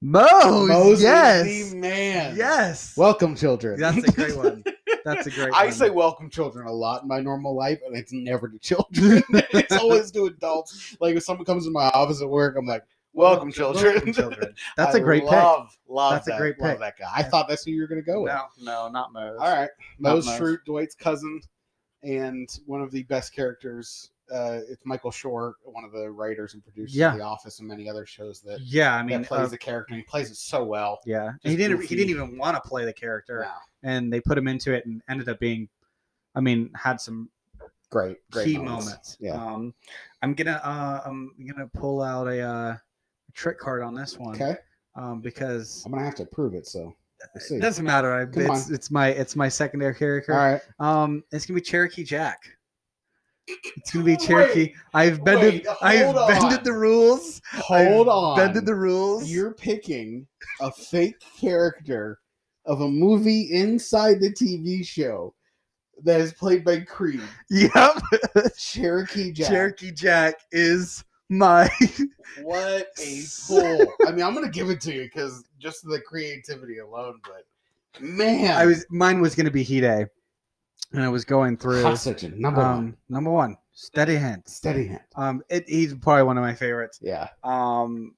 Speaker 2: Mo.
Speaker 1: Mose is
Speaker 2: Oh, yes.
Speaker 1: the man.
Speaker 2: Yes.
Speaker 1: Welcome, children. [laughs]
Speaker 2: that's a great [laughs] one. That's a great.
Speaker 1: I
Speaker 2: one.
Speaker 1: say welcome children a lot in my normal life, and it's never to
Speaker 2: [laughs]
Speaker 1: children. [laughs] it's always to adults. Like if someone comes to my office at work, I'm like, "Welcome, children." [laughs]
Speaker 2: Welcome, children. That's a
Speaker 1: I
Speaker 2: great pick.
Speaker 1: love, Love
Speaker 2: That's a
Speaker 1: that-
Speaker 2: great
Speaker 1: love
Speaker 2: pick.
Speaker 1: that guy. I thought that's who you were going to go with.
Speaker 2: No, no, not Mo.
Speaker 1: All right,
Speaker 2: Not
Speaker 1: Mose
Speaker 2: Mose.
Speaker 1: Schrute, Dwight's cousin, and one of the best characters. Uh, it's Michael Shore, one of the writers and producers
Speaker 2: Yeah.
Speaker 1: of The Office and many other shows that
Speaker 2: Yeah, I mean,
Speaker 1: that plays
Speaker 2: uh,
Speaker 1: the character. and He plays it so well.
Speaker 2: yeah,
Speaker 1: just
Speaker 2: he didn't. He didn't
Speaker 1: goofy.
Speaker 2: even want to play the character,
Speaker 1: Wow.
Speaker 2: and they put him into it, and ended up being, I mean, had some
Speaker 1: Great, great
Speaker 2: key moments.
Speaker 1: moments. Yeah.
Speaker 2: Um, I'm gonna uh, I'm gonna pull out a uh, trick card on this one.
Speaker 1: Okay,
Speaker 2: Um, because
Speaker 1: I'm gonna have to prove it. So we'll see.
Speaker 2: it doesn't matter. I,
Speaker 1: Come
Speaker 2: it's it's my it's my secondary character.
Speaker 1: All right,
Speaker 2: Um, it's gonna be Cherokee Jack. It's gonna
Speaker 1: [laughs]
Speaker 2: be
Speaker 1: Wait,
Speaker 2: Cherokee. I've bended.
Speaker 1: wait,
Speaker 2: I've
Speaker 1: hold
Speaker 2: bended
Speaker 1: on.
Speaker 2: the rules.
Speaker 1: hold
Speaker 2: I've
Speaker 1: on.
Speaker 2: Bended the rules. [laughs]
Speaker 1: You're picking a fake character of a movie inside the TV show that is played by
Speaker 2: [laughs]
Speaker 1: Creed.
Speaker 2: Yep.
Speaker 1: Cherokee Jack.
Speaker 2: Cherokee Jack is my
Speaker 1: [laughs] What a pull! I mean, I'm gonna give it to you because just the creativity alone, but man,
Speaker 2: I was mine was gonna be Hide. And I was going through
Speaker 1: hot section number one,
Speaker 2: um, number one, steady hands.
Speaker 1: steady hand.
Speaker 2: Um it, he's probably one of my favorites.
Speaker 1: Yeah,
Speaker 2: Um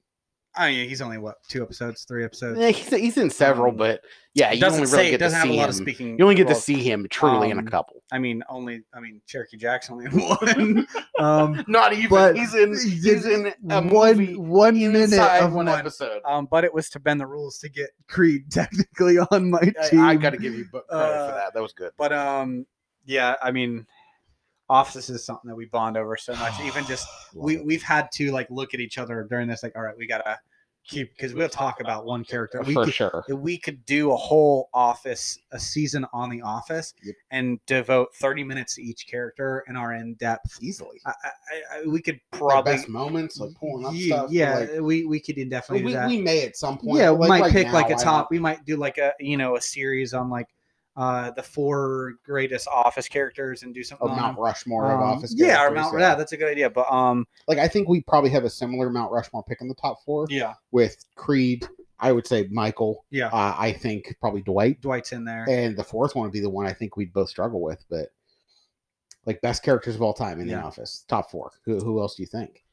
Speaker 2: I mean he's only what two episodes, three episodes.
Speaker 3: Yeah, Eh, he's, he's in several,
Speaker 2: Um,
Speaker 3: but yeah, you only really
Speaker 2: say-
Speaker 3: get to
Speaker 2: doesn't have
Speaker 3: see
Speaker 2: a lot
Speaker 3: him.
Speaker 2: of speaking.
Speaker 3: you only get to
Speaker 2: roles.
Speaker 3: see him truly in
Speaker 2: Um,
Speaker 3: a couple.
Speaker 2: I mean only I mean Cherokee Jack's only [laughs] in
Speaker 3: [laughs]
Speaker 2: one. um
Speaker 3: Not even.
Speaker 2: but
Speaker 3: he's in.
Speaker 2: he's
Speaker 3: He's in a movie
Speaker 2: one one minute
Speaker 3: inside
Speaker 2: of
Speaker 3: one
Speaker 2: one
Speaker 3: episode.
Speaker 2: Um, but it was to bend the rules to get [laughs] Creed technically on my
Speaker 3: I,
Speaker 2: team.
Speaker 3: I got to give you bu- credit
Speaker 2: Uh,
Speaker 3: for that. That was good.
Speaker 2: But um, yeah, I mean, offices is something that we bond over so
Speaker 1: [sighs]
Speaker 2: much. Even just
Speaker 1: Love
Speaker 2: we
Speaker 1: it.
Speaker 2: we've had to like look at each other during this, like, all right, we gotta keep because we'll talk about one character. We
Speaker 3: for
Speaker 2: could,
Speaker 3: sure.
Speaker 2: we could do a whole office, a season on the office,
Speaker 1: Yep.
Speaker 2: and devote thirty minutes to each character and our in depth.
Speaker 1: easily.
Speaker 2: I, I, I, we could
Speaker 1: Our
Speaker 2: probably,
Speaker 1: best moments, like pulling up
Speaker 2: Ye-
Speaker 1: stuff.
Speaker 2: yeah,
Speaker 1: like-
Speaker 2: we we could
Speaker 1: Well,
Speaker 2: indefinitely
Speaker 1: we,
Speaker 2: do that.
Speaker 1: we may at some point.
Speaker 2: yeah,
Speaker 1: but,
Speaker 2: we might
Speaker 1: right
Speaker 2: pick like
Speaker 1: now,
Speaker 2: a
Speaker 1: I
Speaker 2: top.
Speaker 1: don't-
Speaker 2: We might do like a you know a series on like uh the four greatest office characters and do something.
Speaker 1: Of
Speaker 2: on
Speaker 1: Mount
Speaker 2: them.
Speaker 1: Rushmore of
Speaker 2: Um,
Speaker 1: office.
Speaker 2: Yeah, or
Speaker 1: characters,
Speaker 2: Mount. Yeah, that's a good idea. But um,
Speaker 1: Like I think we probably have a similar Mount Rushmore pick in the top four
Speaker 2: yeah,
Speaker 1: with Creed. I would say Michael.
Speaker 2: yeah.
Speaker 1: Uh, I think probably Dwight,
Speaker 2: Dwight's in there.
Speaker 1: and the fourth one would be the one I think we'd both struggle with. But like best characters of all time in the
Speaker 2: Yeah.
Speaker 1: office, top four. Who, who else do you think?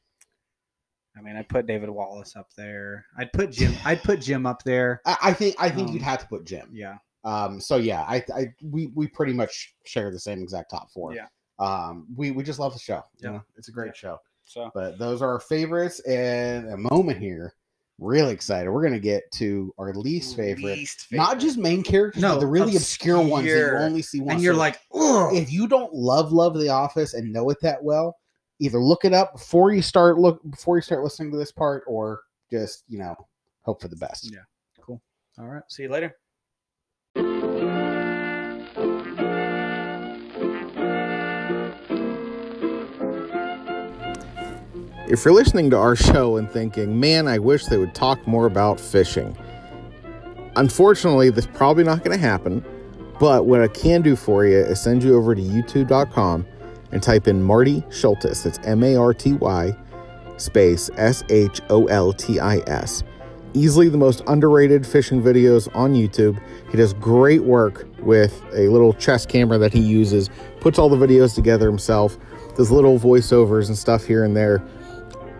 Speaker 2: I mean, I'd put David Wallace up there. I'd put Jim. I'd put Jim up there.
Speaker 1: I, I think I think
Speaker 2: Um,
Speaker 1: you'd have to put Jim.
Speaker 2: Yeah,
Speaker 1: Um, so yeah, I, I we we pretty much share the same exact top four.
Speaker 2: Yeah.
Speaker 1: Um, we we just love the show.
Speaker 2: Yeah.
Speaker 1: You know, it's a great
Speaker 2: Yeah.
Speaker 1: show.
Speaker 2: So
Speaker 1: But those are our favorites, and a moment here. Really excited. We're gonna get to our least favorite,
Speaker 3: Least
Speaker 1: not
Speaker 3: favorite.
Speaker 1: just main characters,
Speaker 2: No,
Speaker 1: but the really obscure, ones that you
Speaker 2: obscure.
Speaker 1: only see once.
Speaker 2: and you're
Speaker 1: So
Speaker 2: like, oh,
Speaker 1: if you don't love love the office and know it that well either look it up before you start look before you start listening to this part or just you know hope for the best
Speaker 2: Yeah. cool. All right, see you later.
Speaker 4: If you're listening to our show and thinking, man, I wish they would talk more about fishing, unfortunately, that's probably not going to happen. But what I can do for you is send you over to youtube.com and type in Marty Schultis. It's M A R T Y space S H O L T I S. Easily the most underrated fishing videos on YouTube. He does great work with a little chess camera that he uses, puts all the videos together himself, does little voiceovers and stuff here and there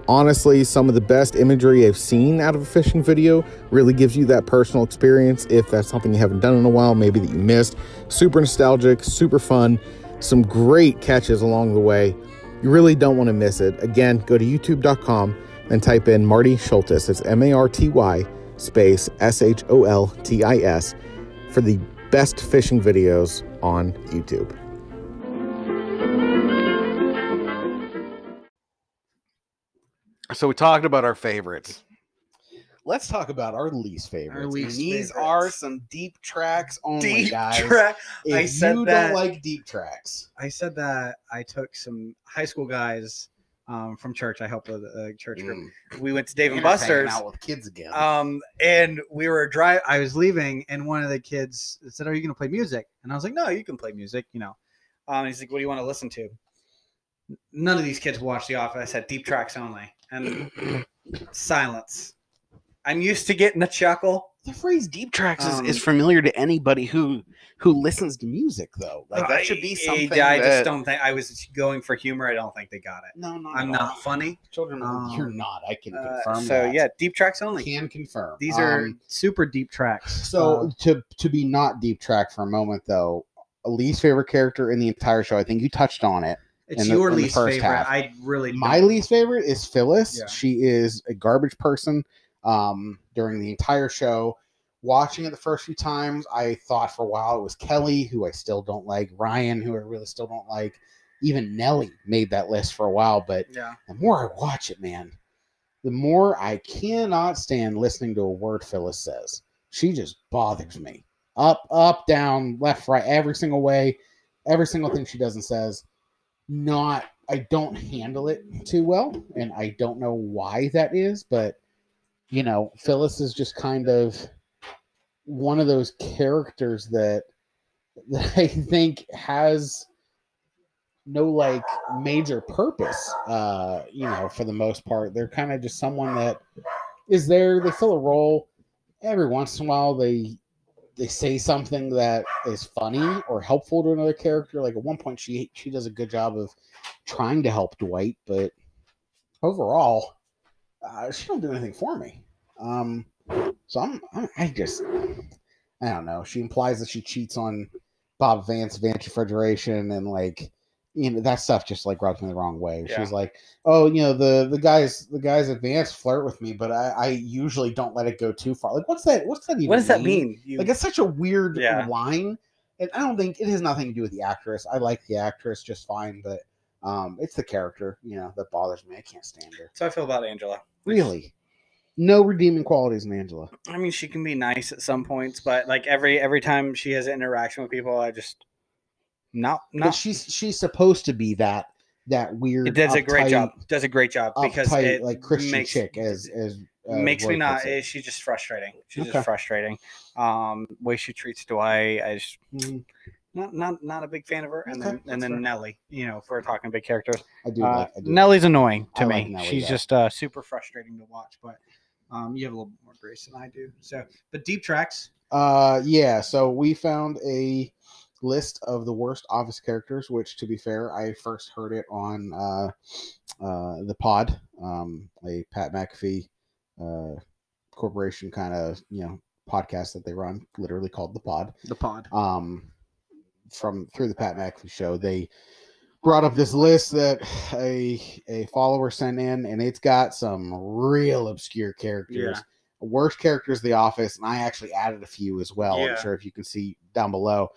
Speaker 4: honestly some of the best imagery I've seen out of a fishing video. Really gives you that personal experience if that's something you haven't done in a while, maybe that you missed. Super nostalgic, super fun, some great catches along the way. You really don't want to miss it. Again, go to youtube.com and type in Marty Schultis. It's M A R T Y space S H O L T I S for the best fishing videos on YouTube.
Speaker 3: So we talked about our favorites.
Speaker 1: let's talk about our least favorites And
Speaker 2: least
Speaker 1: these
Speaker 2: favorites.
Speaker 1: are some deep tracks Oh only
Speaker 2: Deep
Speaker 1: guys
Speaker 2: track.
Speaker 1: if
Speaker 2: I said
Speaker 1: you
Speaker 2: that-
Speaker 1: don't like deep tracks
Speaker 2: I said that I took some high school guys um, from church. I helped with a church group.
Speaker 1: mm,
Speaker 2: We went to Dave and
Speaker 1: Tanner's hanging
Speaker 2: Buster's.
Speaker 1: out with kids again
Speaker 2: Um, and we were drive. I was leaving, and one of the kids said, "Are you going to play music?" And I was like, "No, you can play music." You know. Um, he's like, "What do you want to listen to?" None of these kids watch The Office. I said, "Deep tracks only," and
Speaker 1: [clears throat]
Speaker 2: silence. I'm used to getting a chuckle.
Speaker 1: the phrase deep tracks
Speaker 2: um,
Speaker 1: is, is familiar to anybody who who listens to music though like that should be something
Speaker 2: I, I
Speaker 1: that-
Speaker 2: just don't think I was going for humor. I don't think they got it.
Speaker 1: no, no,
Speaker 2: I'm
Speaker 1: no.
Speaker 2: not funny.
Speaker 1: Children, are- you're
Speaker 2: Um,
Speaker 1: not. I can
Speaker 2: Uh,
Speaker 1: confirm.
Speaker 2: so
Speaker 1: that.
Speaker 2: yeah, deep tracks only.
Speaker 1: can confirm.
Speaker 2: These are
Speaker 1: Um, uh,
Speaker 2: super deep tracks. Uh,
Speaker 1: so to to be not deep track for a moment though. Least favorite character in the entire show. I think you touched on it.
Speaker 2: It's
Speaker 1: in the-
Speaker 2: your
Speaker 1: in the
Speaker 2: least
Speaker 1: first
Speaker 2: favorite.
Speaker 1: half.
Speaker 2: I really
Speaker 1: My
Speaker 2: don't-
Speaker 1: least favorite is Phyllis.
Speaker 2: Yeah.
Speaker 1: She is a garbage person. Um, during the entire show, watching it the first few times, I thought for a while it was Kelly, who I still don't like, Ryan, who I really still don't like. Even Nelly made that list for a while, but
Speaker 2: Yeah.
Speaker 1: the more I watch it, man, the more I cannot stand listening to a word Phyllis says. She just bothers me. Up, up, down, left, right, every single way, every single thing she does and says. Not, I don't handle it too well, and I don't know why that is, but you know, Phyllis is just kind of one of those characters that [laughs] that I think has no like major purpose uh you know for the most part they're kind of just someone that is there they fill a role every once in a while they they say something that is funny or helpful to another character like at one point she she does a good job of trying to help dwight but overall uh, she don't do anything for me um so i'm, I'm i just i don't know she implies that she cheats on bob vance vance refrigeration and like you know that stuff just like rubs me the wrong way
Speaker 2: Yeah.
Speaker 1: she's like oh you know the the guys the guys at vance flirt with me but i i usually don't let it go too far like what's that what's that even
Speaker 2: What does that mean? You-
Speaker 1: like it's such a weird
Speaker 2: Yeah.
Speaker 1: line, and I don't think it has nothing to do with the actress. I like the actress just fine, but um, it's the character, you know, that bothers me. I can't stand her.
Speaker 2: That's how I feel about Angela.
Speaker 1: Really, no redeeming qualities in Angela.
Speaker 2: I mean, she can be nice at some points, but like every every time she has an interaction with people, I just not
Speaker 1: But
Speaker 2: not.
Speaker 1: she's she's supposed to be that that weird.
Speaker 2: It does a great
Speaker 1: uptight-
Speaker 2: job. Does a great job because
Speaker 1: uptight,
Speaker 2: it
Speaker 1: like Christian
Speaker 2: makes,
Speaker 1: chick as as uh,
Speaker 2: makes me
Speaker 1: Roy
Speaker 2: not.
Speaker 1: puts it.
Speaker 2: eh, She's just frustrating. She's
Speaker 1: Okay.
Speaker 2: just frustrating. Um, way she treats Dwight, I just
Speaker 1: Mhm.
Speaker 2: not not not a big fan of her. And
Speaker 1: Okay,
Speaker 2: then and
Speaker 1: that's
Speaker 2: then
Speaker 1: fair.
Speaker 2: Nelly, you know, if we're talking big characters.
Speaker 1: I do
Speaker 2: Uh,
Speaker 1: like I do
Speaker 2: Nellie's annoying to
Speaker 1: I
Speaker 2: me.
Speaker 1: like Nellie,
Speaker 2: She's
Speaker 1: yeah.
Speaker 2: just uh, super frustrating to watch, but um, you have a little more grace than I do. So, but deep tracks.
Speaker 1: Uh, yeah. So we found a list of the worst office characters. Which, to be fair, I first heard it on uh, uh, the pod, um, a Pat McAfee uh, corporation kind of you know podcast that they run, literally called The Pod.
Speaker 2: The pod.
Speaker 1: um, from through the Pat McAfee show. They brought up this list that [sighs] a a follower sent in, and it's got some real obscure characters. Worst characters of The Office, and I actually added a few as well.
Speaker 2: Yeah.
Speaker 1: I'm sure if you can see down below.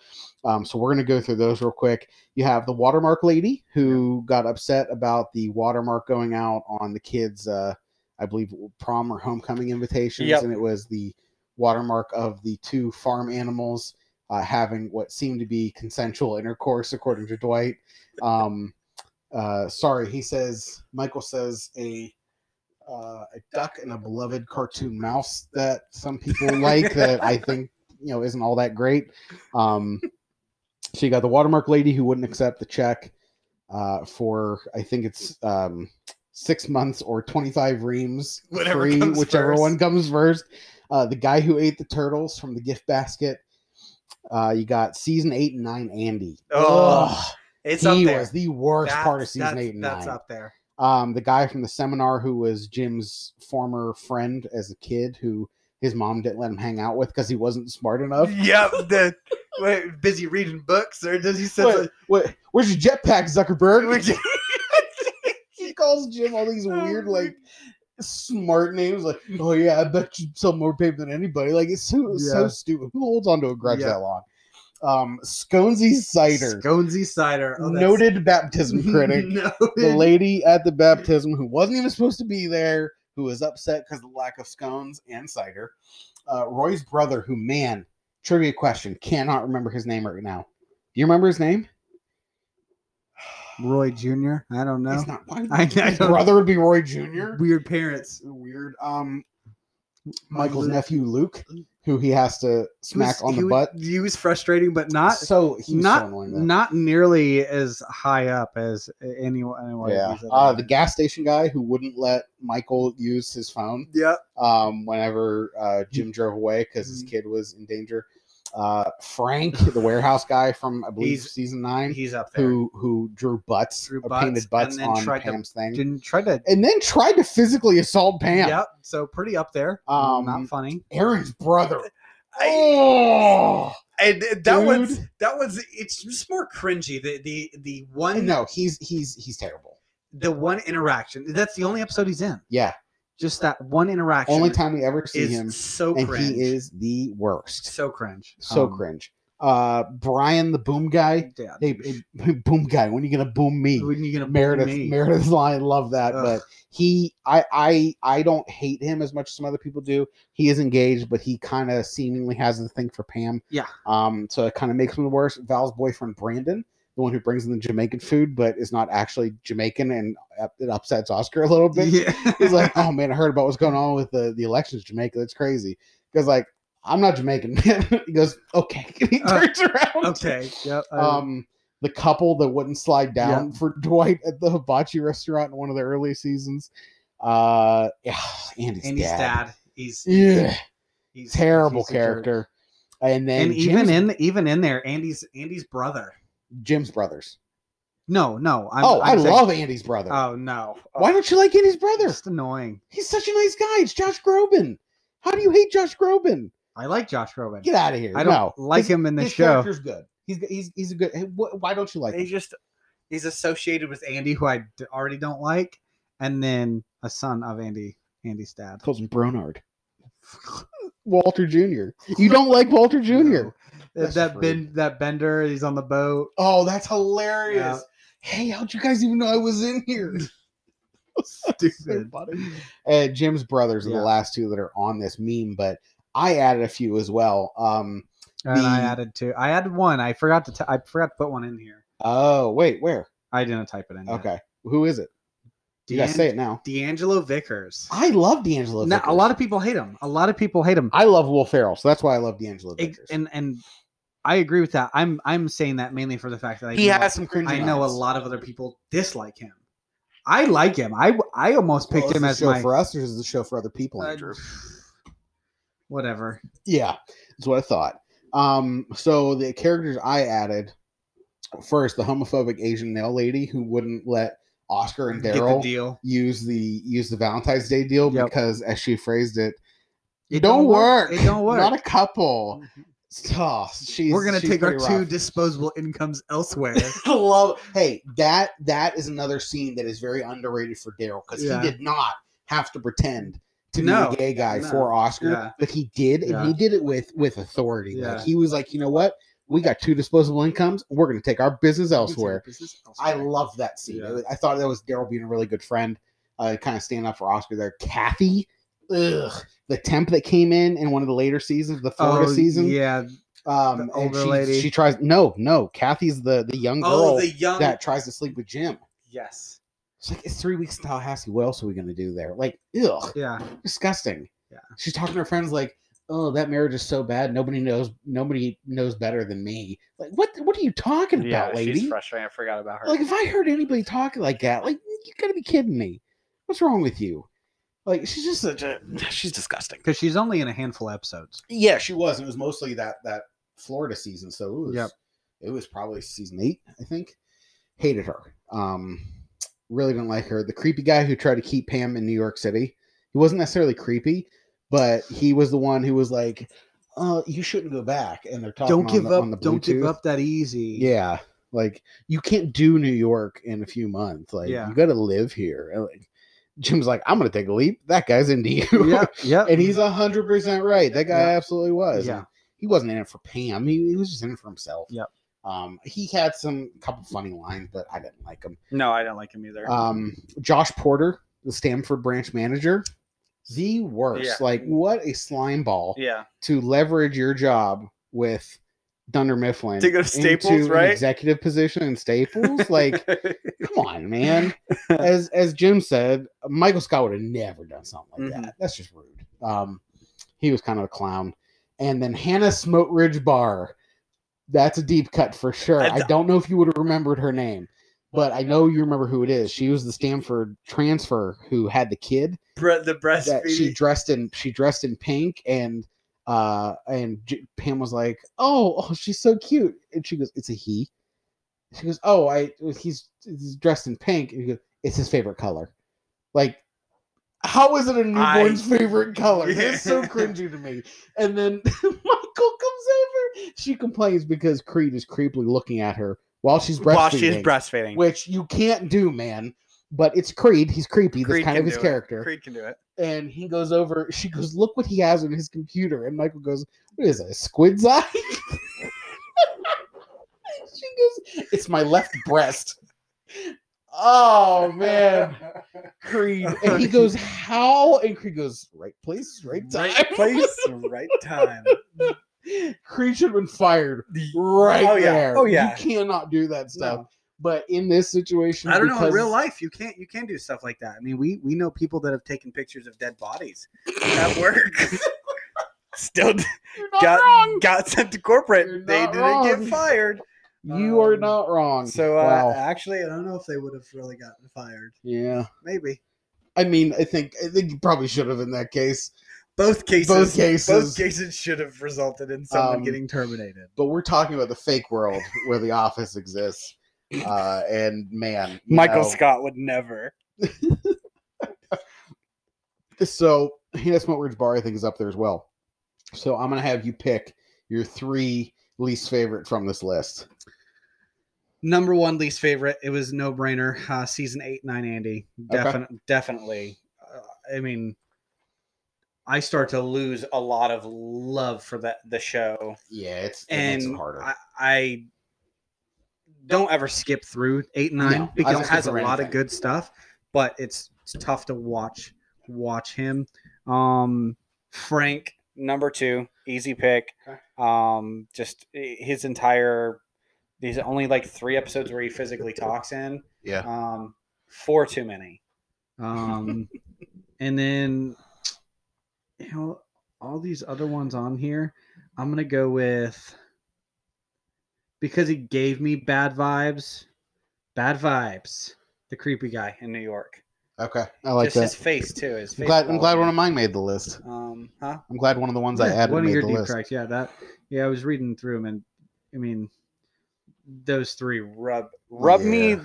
Speaker 1: Um, so we're going to go through those real quick. You have the watermark lady who got upset about the watermark going out on the kids. Uh, I believe prom or homecoming invitations,
Speaker 2: Yep.
Speaker 1: and it was the watermark of the two farm animals uh, having what seemed to be consensual intercourse, according to Dwight. Um, uh, sorry, he says. Michael says a uh, a duck and a beloved cartoon mouse that some people like that
Speaker 2: [laughs]
Speaker 1: I think you know isn't all that great. Um, so you got the watermark lady who wouldn't accept the check uh, for I think it's um, six months or twenty five reams,
Speaker 2: Whatever
Speaker 1: free,
Speaker 2: comes
Speaker 1: whichever
Speaker 2: first.
Speaker 1: one comes first. Uh, the guy who ate the turtles from the gift basket. Uh, you got season eight and nine Andy.
Speaker 2: Oh,
Speaker 1: Ugh,
Speaker 2: It's
Speaker 1: he
Speaker 2: up there.
Speaker 1: was the worst
Speaker 2: That's-
Speaker 1: part of season
Speaker 2: that's-
Speaker 1: eight and
Speaker 2: That's
Speaker 1: nine
Speaker 2: up there.
Speaker 1: um, the guy from the seminar who was Jim's former friend as a kid, who his mom didn't let him hang out with because he wasn't smart enough.
Speaker 2: yep. The wait, busy reading books, or does he say?
Speaker 1: What, what, where's your jetpack, Zuckerberg?
Speaker 2: Which-
Speaker 1: [laughs] he calls Jim all these
Speaker 2: Oh
Speaker 1: weird,
Speaker 2: my
Speaker 1: like, smart names. Like, oh yeah, I bet you sell more paper than anybody. Like, it's so, so
Speaker 2: Yeah.
Speaker 1: stupid. Who holds onto a grudge
Speaker 2: Yeah.
Speaker 1: that long? Um, Sconesy cider,
Speaker 2: Sconesy cider. Oh, that's-
Speaker 1: noted baptism [laughs] critic.
Speaker 2: No,
Speaker 1: the lady at the baptism who wasn't even supposed to be there, who was upset because of the lack of scones and cider. Uh, Roy's brother, who, man, trivia question, cannot remember his name right now. Do you remember his name? [laughs]
Speaker 2: Roy Jr. I don't know.
Speaker 1: It's not. Why
Speaker 2: [laughs] I- I
Speaker 1: his
Speaker 2: don't-
Speaker 1: brother would be Roy Jr.
Speaker 2: Weird parents.
Speaker 1: Weird. Um, Michael's
Speaker 2: Luke.
Speaker 1: nephew Luke, who he has to
Speaker 2: He was-
Speaker 1: smack on
Speaker 2: he
Speaker 1: the
Speaker 2: was-
Speaker 1: butt.
Speaker 2: He was frustrating, but not
Speaker 1: so he was so
Speaker 2: not
Speaker 1: annoying. though.
Speaker 2: not nearly as high up as anyone. anyone
Speaker 1: yeah. Uh, the gas station guy who wouldn't let Michael use his phone.
Speaker 2: yeah.
Speaker 1: um, whenever uh,
Speaker 2: Hmm.
Speaker 1: Jim drove away because his
Speaker 2: Mhm.
Speaker 1: kid was in danger. Uh, Frank, the warehouse guy from I believe
Speaker 2: He's-
Speaker 1: season nine,
Speaker 2: He's up there.
Speaker 1: who who drew butts,
Speaker 2: Drew
Speaker 1: or
Speaker 2: butts
Speaker 1: painted
Speaker 2: and
Speaker 1: butts
Speaker 2: then
Speaker 1: on
Speaker 2: tried to-
Speaker 1: Pam's thing,
Speaker 2: didn't try to.
Speaker 1: and then tried to physically assault Pam.
Speaker 2: Yep. So pretty up there.
Speaker 1: Um,
Speaker 2: not funny.
Speaker 1: Aaron's
Speaker 2: [laughs]
Speaker 1: brother.
Speaker 2: I,
Speaker 1: oh
Speaker 2: and that
Speaker 1: Dude.
Speaker 2: one's that one's it's just more cringy. The the the one
Speaker 1: no, he's he's he's terrible.
Speaker 2: the one interaction. That's the only episode he's in.
Speaker 1: Yeah,
Speaker 2: Just that one interaction.
Speaker 1: only time we ever see
Speaker 2: is
Speaker 1: him,
Speaker 2: so
Speaker 1: and
Speaker 2: cringe.
Speaker 1: he is the worst.
Speaker 2: so cringe.
Speaker 1: So
Speaker 2: Um,
Speaker 1: cringe. Uh, Brian, the boom guy.
Speaker 2: Yeah.
Speaker 1: Hey, hey, [laughs] boom guy, when are you gonna boom me? [laughs]
Speaker 2: When you gonna boo
Speaker 1: Meredith
Speaker 2: me?
Speaker 1: Meredith's line. Love that,
Speaker 2: Ugh.
Speaker 1: but he, I, I, I don't hate him as much as some other people do. He is engaged, but he kind of seemingly has the thing for Pam.
Speaker 2: Yeah.
Speaker 1: Um. So it kind of makes him the worst. Val's boyfriend Brandon, the one who brings in the Jamaican food, but is not actually Jamaican, and up- it upsets Oscar a little bit.
Speaker 2: Yeah.
Speaker 1: He's like, "Oh man, I heard about what's going on with the the elections in Jamaica. That's crazy." Because like, I'm not Jamaican. [laughs] he goes, "Okay," he
Speaker 2: Uh,
Speaker 1: turns around
Speaker 2: okay. Yep. Uh, I-
Speaker 1: um the couple that wouldn't slide down for [laughs] Dwight at the hibachi restaurant in one of the early seasons. Uh [sighs] yeah, Andy's,
Speaker 2: and he's
Speaker 1: dad.
Speaker 2: dad. He's
Speaker 1: Yeah,
Speaker 2: he's
Speaker 1: terrible
Speaker 2: he's a jerk.
Speaker 1: character. And then
Speaker 2: And,
Speaker 1: Jim's,
Speaker 2: even in even in there, Andy's Andy's brother.
Speaker 1: Jim's brothers.
Speaker 2: No, no. I'm,
Speaker 1: oh, i
Speaker 2: I'm saying-
Speaker 1: love Andy's brother.
Speaker 2: Oh no.
Speaker 1: Why don't you like Andy's brother?
Speaker 2: Just annoying.
Speaker 1: He's such a nice guy. It's Josh Groban. How do you hate Josh Groban?
Speaker 2: I like Josh Groban.
Speaker 1: Get out of here.
Speaker 2: I don't
Speaker 1: no.
Speaker 2: like
Speaker 1: his,
Speaker 2: him in the
Speaker 1: his
Speaker 2: show.
Speaker 1: character's good. He's he's he's a good. hey, wh- Why don't you like
Speaker 2: He
Speaker 1: him?
Speaker 2: just he's associated with Andy, who I d- already don't like, and then a son of Andy, Andy's dad.
Speaker 1: Calls him Bronard. [laughs] Walter Jr. You don't like Walter Jr.
Speaker 2: No.
Speaker 1: That's
Speaker 2: That
Speaker 1: rude.
Speaker 2: ben, that Bender, he's on
Speaker 1: [laughs]
Speaker 2: the boat.
Speaker 1: Oh, that's hilarious. Hey, how'd you guys even know I was in [laughs] here?
Speaker 2: [laughs] Stupid.
Speaker 1: Uh, Jim's brothers are
Speaker 2: Yeah.
Speaker 1: the last two that are on this meme, but I added a few as well. Um,
Speaker 2: And I
Speaker 1: The-
Speaker 2: added two. I added one. I forgot to. T- I forgot to put one in here.
Speaker 1: oh, wait, where?
Speaker 2: I didn't type it in. yet.
Speaker 1: Okay. Who is it? You
Speaker 2: D'Ang-
Speaker 1: guys say it now.
Speaker 2: D'Angelo Vickers.
Speaker 1: I love D'Angelo.
Speaker 2: Now, a
Speaker 1: Vickers.
Speaker 2: lot of people hate him. A lot of people hate him.
Speaker 1: I love Will Ferrell, so that's why I love D'Angelo.
Speaker 2: Ex-
Speaker 1: Vickers.
Speaker 2: and and I agree with that. I'm I'm saying that mainly for the fact that I
Speaker 1: he
Speaker 2: know
Speaker 1: has some cringe.
Speaker 2: I know a lot of other people dislike him. I like him. I I almost picked him as
Speaker 1: show
Speaker 2: my
Speaker 1: for us, or is the show for other people,
Speaker 2: uh,
Speaker 1: Andrew?
Speaker 2: whatever.
Speaker 1: Yeah, that's what I thought. Um, so the characters I added first, the homophobic Asian nail lady who wouldn't let Oscar and
Speaker 2: Get the
Speaker 1: Daryl
Speaker 2: deal.
Speaker 1: use the use the Valentine's Day deal
Speaker 2: Yep.
Speaker 1: because, as she phrased it, It
Speaker 4: don't work.
Speaker 1: It don't work.
Speaker 4: Not a couple.
Speaker 2: Mm-hmm.
Speaker 4: Oh, she's,
Speaker 1: We're gonna
Speaker 4: she's
Speaker 1: take our
Speaker 4: pretty
Speaker 1: two
Speaker 4: rough.
Speaker 2: disposable incomes elsewhere. [laughs]
Speaker 1: I love. Hey, that that is another scene that is very underrated for Daryl because
Speaker 2: Yeah.
Speaker 1: he did not have to pretend to
Speaker 2: No,
Speaker 1: be a gay guy
Speaker 2: no.
Speaker 1: for Oscar,
Speaker 2: Yeah.
Speaker 1: but he did, and he
Speaker 2: Yeah.
Speaker 1: did it with with authority.
Speaker 2: Yeah.
Speaker 1: Like he was like, you know what? We got two disposable incomes. We're gonna take our business [laughs] elsewhere. I love that scene.
Speaker 2: Yeah.
Speaker 1: I thought that was Daryl being a really good friend, uh, kind of standing up for Oscar there. Kathy, ugh, the temp that came in in one of the later seasons, the Florida season.
Speaker 2: Oh, Yeah.
Speaker 1: Um,
Speaker 2: The
Speaker 1: and
Speaker 2: older
Speaker 1: she,
Speaker 2: lady.
Speaker 1: she tries. No, no. Kathy's the the young girl
Speaker 2: Oh, the young.
Speaker 1: that tries to sleep with Jim.
Speaker 2: Yes.
Speaker 1: It's like it's three weeks to Tallahassee. What else are we gonna do there? Like, ugh,
Speaker 2: Yeah.
Speaker 1: disgusting.
Speaker 2: Yeah.
Speaker 1: She's talking to her friends like, "Oh, that marriage is so bad. Nobody knows. Nobody knows better than me." Like, what? What are you talking about,
Speaker 2: Yeah. She's
Speaker 1: lady?
Speaker 2: frustrating. I forgot about her.
Speaker 1: Like, if I heard anybody talking like that, like, you gotta be kidding me. What's wrong with you? Like, she's just such a. [sighs] She's disgusting.
Speaker 2: Because she's only in a handful of episodes.
Speaker 1: Yeah, she was. and It was mostly that that Florida season, so it was
Speaker 2: Yep.
Speaker 1: it was probably season eight, I think. Hated her. Um, really didn't like her. The creepy guy who tried to keep Pam in New York City. He wasn't necessarily creepy, but he was the one who was like, "Uh, you shouldn't go back." And they're talking.
Speaker 2: Don't
Speaker 1: on
Speaker 2: give
Speaker 1: the-
Speaker 2: up.
Speaker 1: on the
Speaker 2: Don't give
Speaker 1: Bluetooth.
Speaker 2: up that easy.
Speaker 1: Yeah, like you can't do New York in a few months. Like
Speaker 2: Yeah.
Speaker 1: you got to live here. And, like, Jim's like, "I'm gonna take a leap." That guy's into you. [laughs]
Speaker 2: Yep. Yep.
Speaker 1: and he's hundred percent right. That guy
Speaker 2: Yeah.
Speaker 1: absolutely was.
Speaker 2: Yeah.
Speaker 1: And he wasn't in it for Pam. He, he was just in it for himself.
Speaker 2: Yep.
Speaker 1: Um, he had some couple funny lines, but I didn't like him.
Speaker 2: No, I don't like him either.
Speaker 1: Um, Josh Porter, the Stanford branch manager, the worst.
Speaker 2: Yeah.
Speaker 1: Like, what a slime ball [laughs]
Speaker 2: yeah.
Speaker 1: to leverage your job with Dunder Mifflin
Speaker 2: To go to Staples,
Speaker 1: into an
Speaker 2: right?
Speaker 1: executive position in Staples. Like, come on, man. As as Jim said, Michael Scott would have never done something like that. That's just rude. Um, he was kind of a clown. And then Hannah Smote Ridge Barr. That's a deep cut for sure. I
Speaker 2: That's-
Speaker 1: don't know if you would have remembered her name, but I know you remember who it is. She was the Stanford transfer who had the kid
Speaker 2: Bre- the
Speaker 1: that she
Speaker 2: breastfeeding.
Speaker 1: dressed in she dressed in pink and uh and J- Pam was like, "Oh, oh, she's so cute." And she goes, "It's a he." She goes, "Oh, I he's, he's dressed in pink." And he goes, "It's his favorite color." Like how is it a newborn's favorite color?
Speaker 2: [laughs]
Speaker 1: That's so
Speaker 2: Yeah.
Speaker 1: cringy to me. And then [laughs] Michael comes over. She complains because Creed is creepily looking at her while she's breastfeeding
Speaker 2: While she's breastfeeding.
Speaker 1: which you can't do, man. But it's Creed. He's creepy. That's
Speaker 2: Creed
Speaker 1: kind
Speaker 2: can
Speaker 1: of his
Speaker 2: do it.
Speaker 1: character.
Speaker 2: Creed can do it.
Speaker 1: And he goes over. [laughs] She goes, "Look what he has on his computer." And Michael goes, "What is that? a Squid's eye?" [laughs] she goes, "It's my left breast." Oh man, Creed. And he goes, "How?" And Creed goes, "Right place, [laughs] right time."
Speaker 2: Right place, [laughs] right time.
Speaker 1: [laughs] Creed should have been fired right
Speaker 2: Oh, yeah.
Speaker 1: there.
Speaker 2: Oh, yeah.
Speaker 1: you cannot do that stuff. But in this situation,
Speaker 2: I don't know. In
Speaker 1: because-
Speaker 2: real life, you can't you can do stuff like that. I mean, we we know people that have taken pictures of dead bodies at
Speaker 1: [laughs]
Speaker 2: work. Still
Speaker 1: You're not
Speaker 2: got
Speaker 1: wrong.
Speaker 2: got sent to corporate.
Speaker 1: You're
Speaker 2: they
Speaker 1: not
Speaker 2: didn't
Speaker 1: wrong.
Speaker 2: get fired.
Speaker 1: You are
Speaker 2: Um,
Speaker 1: not wrong.
Speaker 2: So uh,
Speaker 1: Wow.
Speaker 2: actually, I don't know if they would have really gotten fired.
Speaker 1: yeah,
Speaker 2: Maybe
Speaker 1: I mean, I think I think you probably should have in that case,
Speaker 2: both cases.
Speaker 1: both cases.
Speaker 2: both cases should have resulted in someone
Speaker 1: Um,
Speaker 2: getting terminated.
Speaker 1: but we're talking about the fake world where the office exists, uh, and man, you
Speaker 2: Michael
Speaker 1: know,
Speaker 2: Scott would never.
Speaker 1: So Hannah Smoke Ridge Bar, I think, is up there as well. So I'm gonna have you pick your three least favorite from this list.
Speaker 2: Number one least favorite. It was no brainer. Uh, season eight, nine, Andy.
Speaker 1: Okay.
Speaker 2: Defin- Definitely. Uh, I mean, I start to lose a lot of love for that the show,
Speaker 1: Yeah, it's it makes
Speaker 2: and
Speaker 1: it harder.
Speaker 2: I, I don't ever skip through eight and
Speaker 1: No,
Speaker 2: nine
Speaker 1: I
Speaker 2: because
Speaker 1: don't
Speaker 2: it
Speaker 1: skip
Speaker 2: has a
Speaker 1: through
Speaker 2: lot of
Speaker 1: anything.
Speaker 2: good stuff, but it's, it's tough to watch watch him. Um, Frank number two, easy pick.
Speaker 1: Okay.
Speaker 2: Um, just i- his entire these only like three episodes where he physically talks in.
Speaker 1: yeah,
Speaker 2: Um, four too many.
Speaker 1: [laughs]
Speaker 2: Um, and then you know all these other ones on here. I'm gonna go with because he gave me bad vibes. Bad vibes. The creepy guy in New York.
Speaker 1: okay, I like
Speaker 2: Just his
Speaker 1: that.
Speaker 2: face too. His
Speaker 1: I'm
Speaker 2: face
Speaker 1: glad. I'm glad one of
Speaker 2: followed
Speaker 1: mine made the list.
Speaker 2: me. Um, huh?
Speaker 1: I'm glad one of the ones I
Speaker 2: Yeah,
Speaker 1: added
Speaker 2: One of
Speaker 1: made
Speaker 2: your
Speaker 1: the
Speaker 2: deep
Speaker 1: list.
Speaker 2: cracks, yeah. That yeah, I was reading through them, and I mean, those three rub rub me
Speaker 1: Yeah.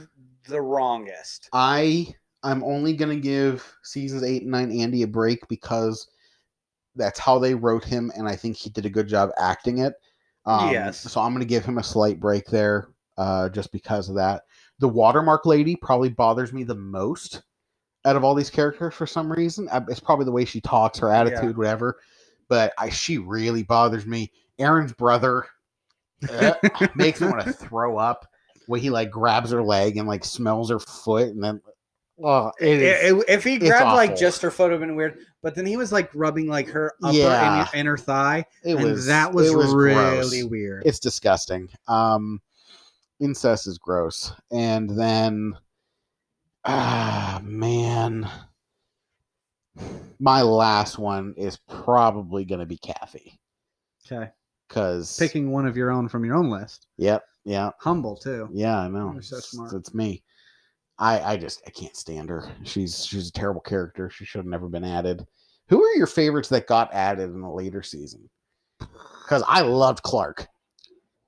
Speaker 2: the wrongest.
Speaker 1: I I'm only gonna give seasons eight and nine Andy a break because that's how they wrote him, and I think he did a good job acting it. Um,
Speaker 2: Yes.
Speaker 1: So I'm going to give him a slight break there, uh, just because of that. The watermark lady probably bothers me the most out of all these characters for some reason. Uh, It's probably the way she talks, her attitude, whatever. But I, she really bothers me. Aaron's brother
Speaker 2: [laughs]
Speaker 1: eh, makes me want to throw up. When he like grabs her leg and like smells her foot, and then oh, it is.
Speaker 2: I- I- if he
Speaker 1: it's
Speaker 2: grabbed like
Speaker 1: awful.
Speaker 2: just her foot, it would have been weird. But then he was like rubbing like her upper
Speaker 1: Yeah.
Speaker 2: and inner thigh,
Speaker 1: It
Speaker 2: and
Speaker 1: was
Speaker 2: that was,
Speaker 1: it
Speaker 2: really
Speaker 1: gross.
Speaker 2: weird.
Speaker 1: It's disgusting. Um, incest is gross, and then ah man, my last one is probably going to be Kathy
Speaker 2: okay,
Speaker 1: because
Speaker 2: picking one of your own from your own list,
Speaker 1: Yep, yeah,
Speaker 2: humble too.
Speaker 1: yeah. I know.
Speaker 2: You're so
Speaker 1: It's-
Speaker 2: smart.
Speaker 1: It's me. I I just I can't stand her. She's she's a terrible character. She should have never been added. Who are your favorites that got added in a later season? Because I loved Clark.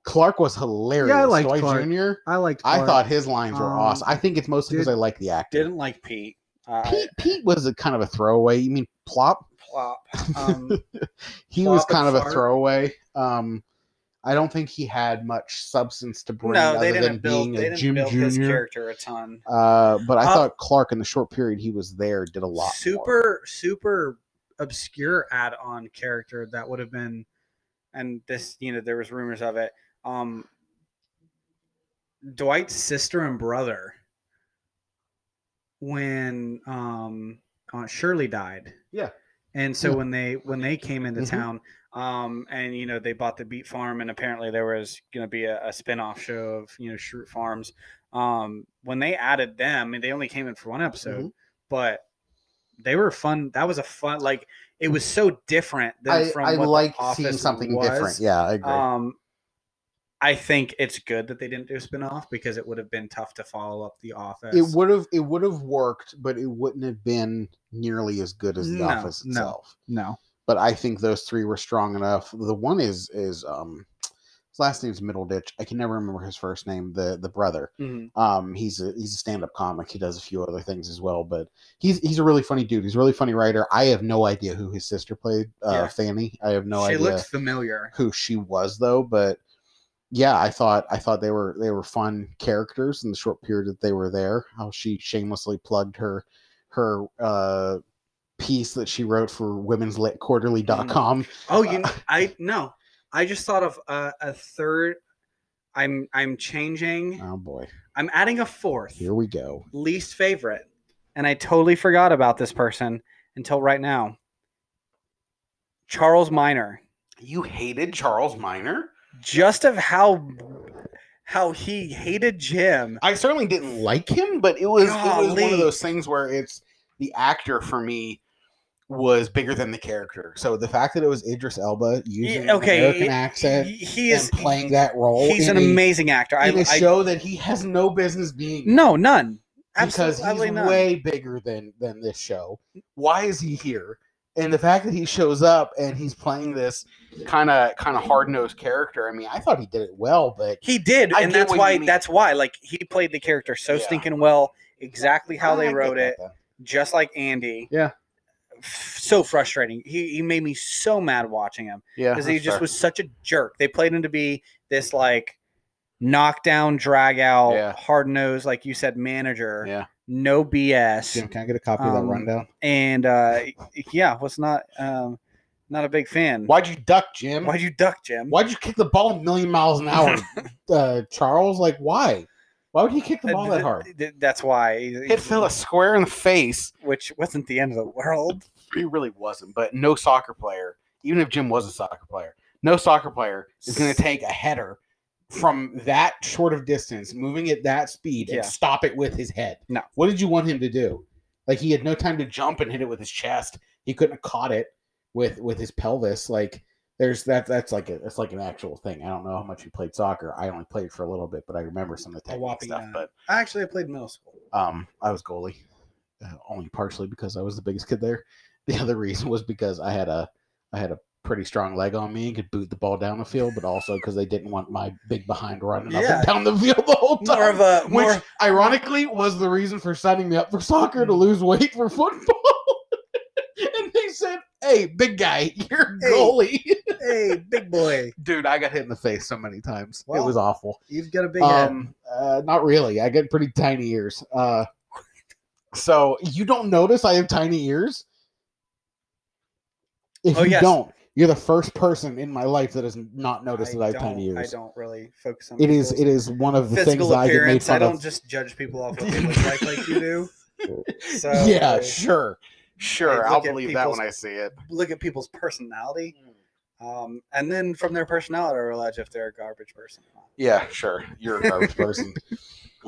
Speaker 1: Clark was hilarious.
Speaker 2: liked
Speaker 1: Dwight
Speaker 2: Clark.
Speaker 1: Jr.
Speaker 2: I liked.
Speaker 1: I
Speaker 2: Clark.
Speaker 1: thought his lines were
Speaker 2: Um,
Speaker 1: awesome. I think it's mostly because
Speaker 2: did-
Speaker 1: I like the actor.
Speaker 2: didn't like Pete. Uh,
Speaker 1: Pete Pete was a kind of a throwaway. You mean plop? [laughs]
Speaker 2: plop. Um,
Speaker 1: He was
Speaker 2: Plop and
Speaker 1: kind of a
Speaker 2: fart.
Speaker 1: throwaway. Um, I don't think he had much substance to bring.
Speaker 2: no, they
Speaker 1: other than
Speaker 2: didn't build.
Speaker 1: being
Speaker 2: They
Speaker 1: a
Speaker 2: didn't
Speaker 1: Jim
Speaker 2: build his
Speaker 1: Jr..
Speaker 2: character a ton.
Speaker 1: Uh, but I
Speaker 2: Uh,
Speaker 1: thought Clark in the short period he was there did a lot.
Speaker 2: super
Speaker 1: more.
Speaker 2: super obscure add-on character that would have been and this you know there was rumors of it um dwight's sister and brother when um aunt shirley died
Speaker 1: Yeah.
Speaker 2: and so
Speaker 1: Yeah.
Speaker 2: when they when they came into
Speaker 1: Mhm.
Speaker 2: town um and you know they bought the beet farm and apparently there was going to be a, a spin-off show of you know shroot farms um when they added them and they only came in for one episode but they were fun that was a fun like it was so different than
Speaker 1: I,
Speaker 2: from
Speaker 1: I
Speaker 2: what The
Speaker 1: like seeing
Speaker 2: Office
Speaker 1: something
Speaker 2: was.
Speaker 1: different. Yeah, I agree.
Speaker 2: um i think it's good that they didn't do a spin-off because it would have been tough to follow up the office
Speaker 1: it would have it would have worked, but it wouldn't have been nearly as good as the
Speaker 2: No,
Speaker 1: office
Speaker 2: no.
Speaker 1: itself.
Speaker 2: no
Speaker 1: but I think those three were strong enough. The one is is um his last name's Middleditch. I can never remember his first name. The the brother.
Speaker 2: Mhm.
Speaker 1: Um, he's a he's a stand up comic. He does a few other things as well, but he's he's a really funny dude. He's a really funny writer. I have no idea who his sister played. Uh,
Speaker 2: Yeah.
Speaker 1: Fanny. I have no
Speaker 2: she
Speaker 1: idea
Speaker 2: looked familiar
Speaker 1: who she was though. But yeah, I thought I thought they were they were fun characters in the short period that they were there. How she shamelessly plugged her her uh piece that she wrote for women's lit quarterly.com
Speaker 2: oh you
Speaker 1: [laughs]
Speaker 2: i no i just thought of a, a third i'm i'm changing
Speaker 1: Oh boy,
Speaker 2: i'm adding a fourth
Speaker 1: here we go.
Speaker 2: least favorite, and I totally forgot about this person until right now. Charles Minor,
Speaker 3: You hated Charles Minor?
Speaker 2: just of how how he hated Jim.
Speaker 1: I certainly didn't like him, but it was it was one
Speaker 2: Golly.
Speaker 1: of those things where it's the actor for me was bigger than the character. So the fact that it was Idris Elba using
Speaker 2: Yeah, okay,
Speaker 1: an American
Speaker 2: he-
Speaker 1: accent
Speaker 2: He, he is
Speaker 1: and playing that role,
Speaker 2: he's
Speaker 1: in
Speaker 2: an
Speaker 1: a-
Speaker 2: amazing actor. I,
Speaker 1: in a
Speaker 2: I-
Speaker 1: show that he has no business being. in
Speaker 2: no none
Speaker 1: because
Speaker 2: absolutely
Speaker 1: he's
Speaker 2: none.
Speaker 1: way bigger than than this show. Why is he here? And the fact that he shows up and he's playing this kind of kind of hard nosed character. I mean, I thought he did it well, but
Speaker 2: He did,
Speaker 1: I
Speaker 2: and
Speaker 1: get
Speaker 2: that's
Speaker 1: what you
Speaker 2: why
Speaker 1: mean.
Speaker 2: that's why like he played the character so
Speaker 1: Yeah.
Speaker 2: stinking well, exactly how
Speaker 1: I
Speaker 2: they
Speaker 1: get
Speaker 2: wrote
Speaker 1: that
Speaker 2: it.
Speaker 1: though.
Speaker 2: just like Andy.
Speaker 1: Yeah.
Speaker 2: F- So frustrating. He, he made me so mad watching him
Speaker 1: Yeah,
Speaker 2: because he
Speaker 1: that's
Speaker 2: just
Speaker 1: fair.
Speaker 2: was such a jerk. They played him to be this like knockdown, drag out,
Speaker 1: Yeah.
Speaker 2: hard nosed, like you said, manager.
Speaker 1: Yeah.
Speaker 2: No BS.
Speaker 1: Jim, can I get a copy of that
Speaker 2: Um,
Speaker 1: rundown?
Speaker 2: And uh, yeah, was not um, not a big fan.
Speaker 1: Why'd you duck, Jim?
Speaker 2: Why'd you duck, Jim?
Speaker 1: Why'd you kick the ball a million miles an
Speaker 2: [laughs]
Speaker 1: hour, uh, Charles? Like, why? Why would he kick the
Speaker 2: Uh,
Speaker 1: ball that
Speaker 2: th-
Speaker 1: hard?
Speaker 2: th- that's why.
Speaker 1: Hit Phyllis square in the face.
Speaker 2: Which wasn't the end of the world.
Speaker 1: He really wasn't, but no soccer player, even if Jim was a soccer player, no soccer player is going to take a header from that short of distance, moving at that speed,
Speaker 2: Yeah.
Speaker 1: and stop it with his head.
Speaker 2: No.
Speaker 1: What did you want him to do? Like, he had no time to jump and hit it with his chest. He couldn't have caught it with with his pelvis. Like, there's that. That's like a, that's like an actual thing. I don't know how much he played soccer. I only played for a little bit, but I remember some of the
Speaker 2: A
Speaker 1: technical
Speaker 2: whopping
Speaker 1: stuff.
Speaker 2: nine.
Speaker 1: But
Speaker 2: Actually, I played middle school.
Speaker 1: um, I was goalie, uh, only partially because I was the biggest kid there. [laughs] The other reason was because I had a I had a pretty strong leg on me and could boot the ball down the field, but also because they didn't want my big behind running up
Speaker 2: Yeah.
Speaker 1: and [laughs] down the field the whole time.
Speaker 2: More of a more
Speaker 1: which ironically was
Speaker 2: Mm.
Speaker 1: the reason for signing me up for soccer to lose weight for football. [laughs] and they said, hey, big guy, [laughs] you're
Speaker 2: Hey.
Speaker 1: goalie. [laughs]
Speaker 2: hey, big boy,
Speaker 1: Dude, I got hit in the face so many times. it
Speaker 2: Well,
Speaker 1: was awful.
Speaker 2: you've got a big head.
Speaker 1: Um, uh, not really. I get pretty tiny ears. Uh, so you don't notice I have tiny ears? If
Speaker 2: Oh,
Speaker 1: you
Speaker 2: yes.
Speaker 1: don't, you're the first person in my life that has not noticed that I have
Speaker 2: don't-
Speaker 1: tiny ears.
Speaker 2: I don't really focus on
Speaker 1: It is.
Speaker 2: people's
Speaker 1: It is one of the
Speaker 2: physical
Speaker 1: things that I get made
Speaker 2: appearance. I,
Speaker 1: fun
Speaker 2: don't
Speaker 1: of.
Speaker 2: just judge people off what they look like like you
Speaker 1: [laughs]
Speaker 2: do. So
Speaker 1: yeah,
Speaker 2: uh,
Speaker 1: sure.
Speaker 3: Sure,
Speaker 2: Hey,
Speaker 3: I'll
Speaker 2: look at
Speaker 3: believe that when
Speaker 2: people's-
Speaker 3: I see it.
Speaker 2: look at people's personality,
Speaker 1: Hmm.
Speaker 2: um, and then from their personality, I realize if they're a garbage person. or not.
Speaker 1: Yeah, sure. You're a
Speaker 2: [laughs]
Speaker 1: garbage person.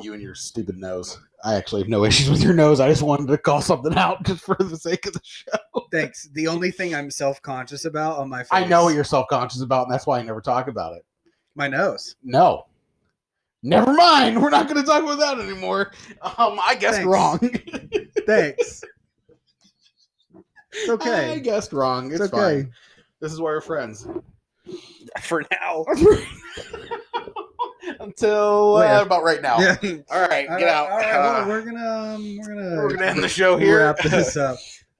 Speaker 1: You and your stupid nose. I actually have no issues with your nose. I just wanted to call something out just for the sake of the show.
Speaker 2: Thanks. The only thing I'm self-conscious about on my face,
Speaker 1: I know what you're self conscious about, and that's why I never talk about it.
Speaker 2: my nose.
Speaker 1: No. Never mind. We're not going to talk about that anymore. Um, I guessed
Speaker 2: Thanks.
Speaker 1: wrong. [laughs]
Speaker 2: Thanks.
Speaker 1: [laughs]
Speaker 2: It's
Speaker 1: I
Speaker 2: okay.
Speaker 1: guessed wrong. It's,
Speaker 2: It's okay.
Speaker 1: fine. This is why we're friends. [laughs]
Speaker 2: For now.
Speaker 1: Until uh,
Speaker 2: Later.
Speaker 1: about right now.
Speaker 2: Yeah.
Speaker 1: All right,
Speaker 2: All
Speaker 1: get
Speaker 2: right,
Speaker 1: out.
Speaker 2: All right,
Speaker 1: Uh,
Speaker 2: well, we're gonna um, we're gonna
Speaker 1: we're gonna end the [laughs] show here.
Speaker 2: wrap this up.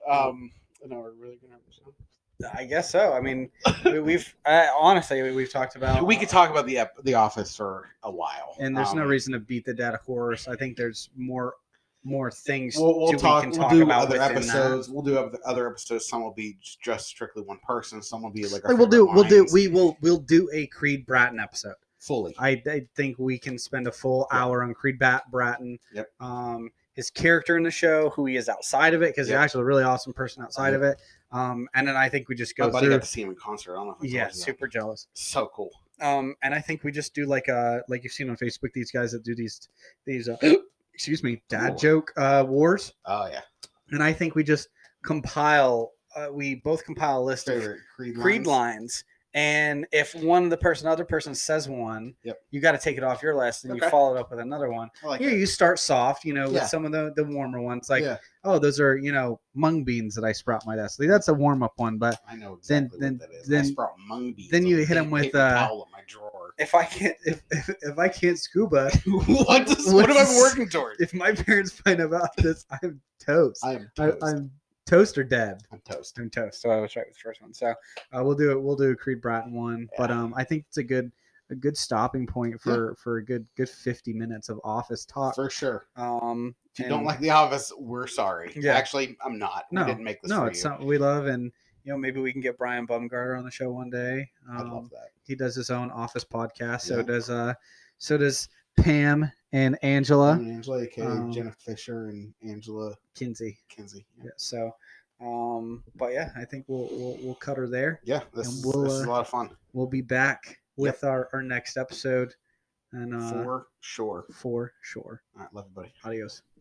Speaker 1: um, no, we're really gonna. wrap this up.
Speaker 2: I guess so. I mean, we, we've I, honestly we, we've talked about
Speaker 1: we could talk about the ep- the office for a while,
Speaker 2: and there's no
Speaker 1: Um,
Speaker 2: reason to beat the dead horse. I think there's more more things
Speaker 1: We'll, we'll
Speaker 2: to-
Speaker 1: talk.
Speaker 2: we can
Speaker 1: we'll
Speaker 2: talk
Speaker 1: do
Speaker 2: about
Speaker 1: other
Speaker 2: within that.
Speaker 1: episodes. We'll do other- other episodes. Some will be just strictly one person. Some will be like. Our
Speaker 2: Like, we'll do
Speaker 1: favorite
Speaker 2: we'll do
Speaker 1: lines.
Speaker 2: we will we'll do a Creed Bratton episode.
Speaker 1: fully.
Speaker 2: I, I think we can spend a full hour on Creed Bat Bratton.
Speaker 1: Yep.
Speaker 2: Um, his character in the show, who he is outside of it, because
Speaker 1: Yep.
Speaker 2: he's actually a really awesome person outside of it. Um, and then I think we just
Speaker 1: My
Speaker 2: go
Speaker 1: buddy
Speaker 2: through.
Speaker 1: got to see him in concert. I don't know. If I
Speaker 2: Yeah,
Speaker 1: told you that.
Speaker 2: super jealous.
Speaker 1: so cool.
Speaker 2: um and i think we just do like uh like you've seen on facebook these guys that do these these uh, [clears throat] excuse me dad
Speaker 1: Lord.
Speaker 2: joke uh wars
Speaker 1: Oh yeah,
Speaker 2: and i think we just compile uh, we both compile a list of
Speaker 1: favorite Creed, lines.
Speaker 2: creed lines and if one of the person other person says one
Speaker 1: Yep.
Speaker 2: you got to take it off your list and
Speaker 1: Okay.
Speaker 2: you follow it up with another one
Speaker 1: I like
Speaker 2: yeah
Speaker 1: that.
Speaker 2: you start soft you know
Speaker 1: Yeah.
Speaker 2: with some of the the warmer ones like
Speaker 1: Yeah.
Speaker 2: oh those are you know mung beans that i sprout my desk that's a warm-up one but
Speaker 1: I know
Speaker 2: then-
Speaker 1: exactly
Speaker 2: then-
Speaker 1: what that is.
Speaker 2: then-
Speaker 1: I sprout mung beans
Speaker 2: then you
Speaker 1: on a
Speaker 2: hit 'em
Speaker 1: big
Speaker 2: with,
Speaker 1: paper
Speaker 2: uh,
Speaker 1: towel in my
Speaker 2: [laughs]
Speaker 1: drawer. [laughs]
Speaker 2: if i can't if if, if i can't scuba [laughs]
Speaker 1: what? Does,
Speaker 2: what
Speaker 1: what have I been
Speaker 2: is-
Speaker 1: working towards?
Speaker 2: if my parents find out about this, I'm toast.
Speaker 1: I'm
Speaker 2: I,
Speaker 1: toast.
Speaker 2: I'm toast or dead.
Speaker 1: I'm toast.
Speaker 2: I'm toast. So I was right with the first one. So uh, we'll do it. We'll do a Creed Bratton one, but um, I think it's a good a good stopping point for for a good good 50 minutes of office talk.
Speaker 1: For sure.
Speaker 2: Um,
Speaker 1: If you don't
Speaker 2: uh, and-
Speaker 1: like The Office, we're sorry.
Speaker 2: Yeah.
Speaker 1: Actually, I'm not.
Speaker 2: No,
Speaker 1: we didn't make this
Speaker 2: no,
Speaker 1: for
Speaker 2: it's
Speaker 1: you.
Speaker 2: something we love, and you know maybe we can get Brian Bumgarner on the show one day. Um,
Speaker 1: I love that.
Speaker 2: he does his own office podcast. So
Speaker 1: Yeah.
Speaker 2: does uh, so does Pam and Angela
Speaker 1: And Angela, aka
Speaker 2: um,
Speaker 1: Jenna Fisher, and Angela
Speaker 2: Kinsey.
Speaker 1: Kinsey. Yeah,
Speaker 2: Yeah, so, um, but yeah, I think we'll we'll, we'll cut her there.
Speaker 1: this,
Speaker 2: And
Speaker 1: is,
Speaker 2: we'll,
Speaker 1: this is a
Speaker 2: uh,
Speaker 1: lot of fun
Speaker 2: We'll be back with our, our next episode, and uh,
Speaker 1: for sure.
Speaker 2: for sure.
Speaker 1: All right, love you, buddy.
Speaker 2: Adios.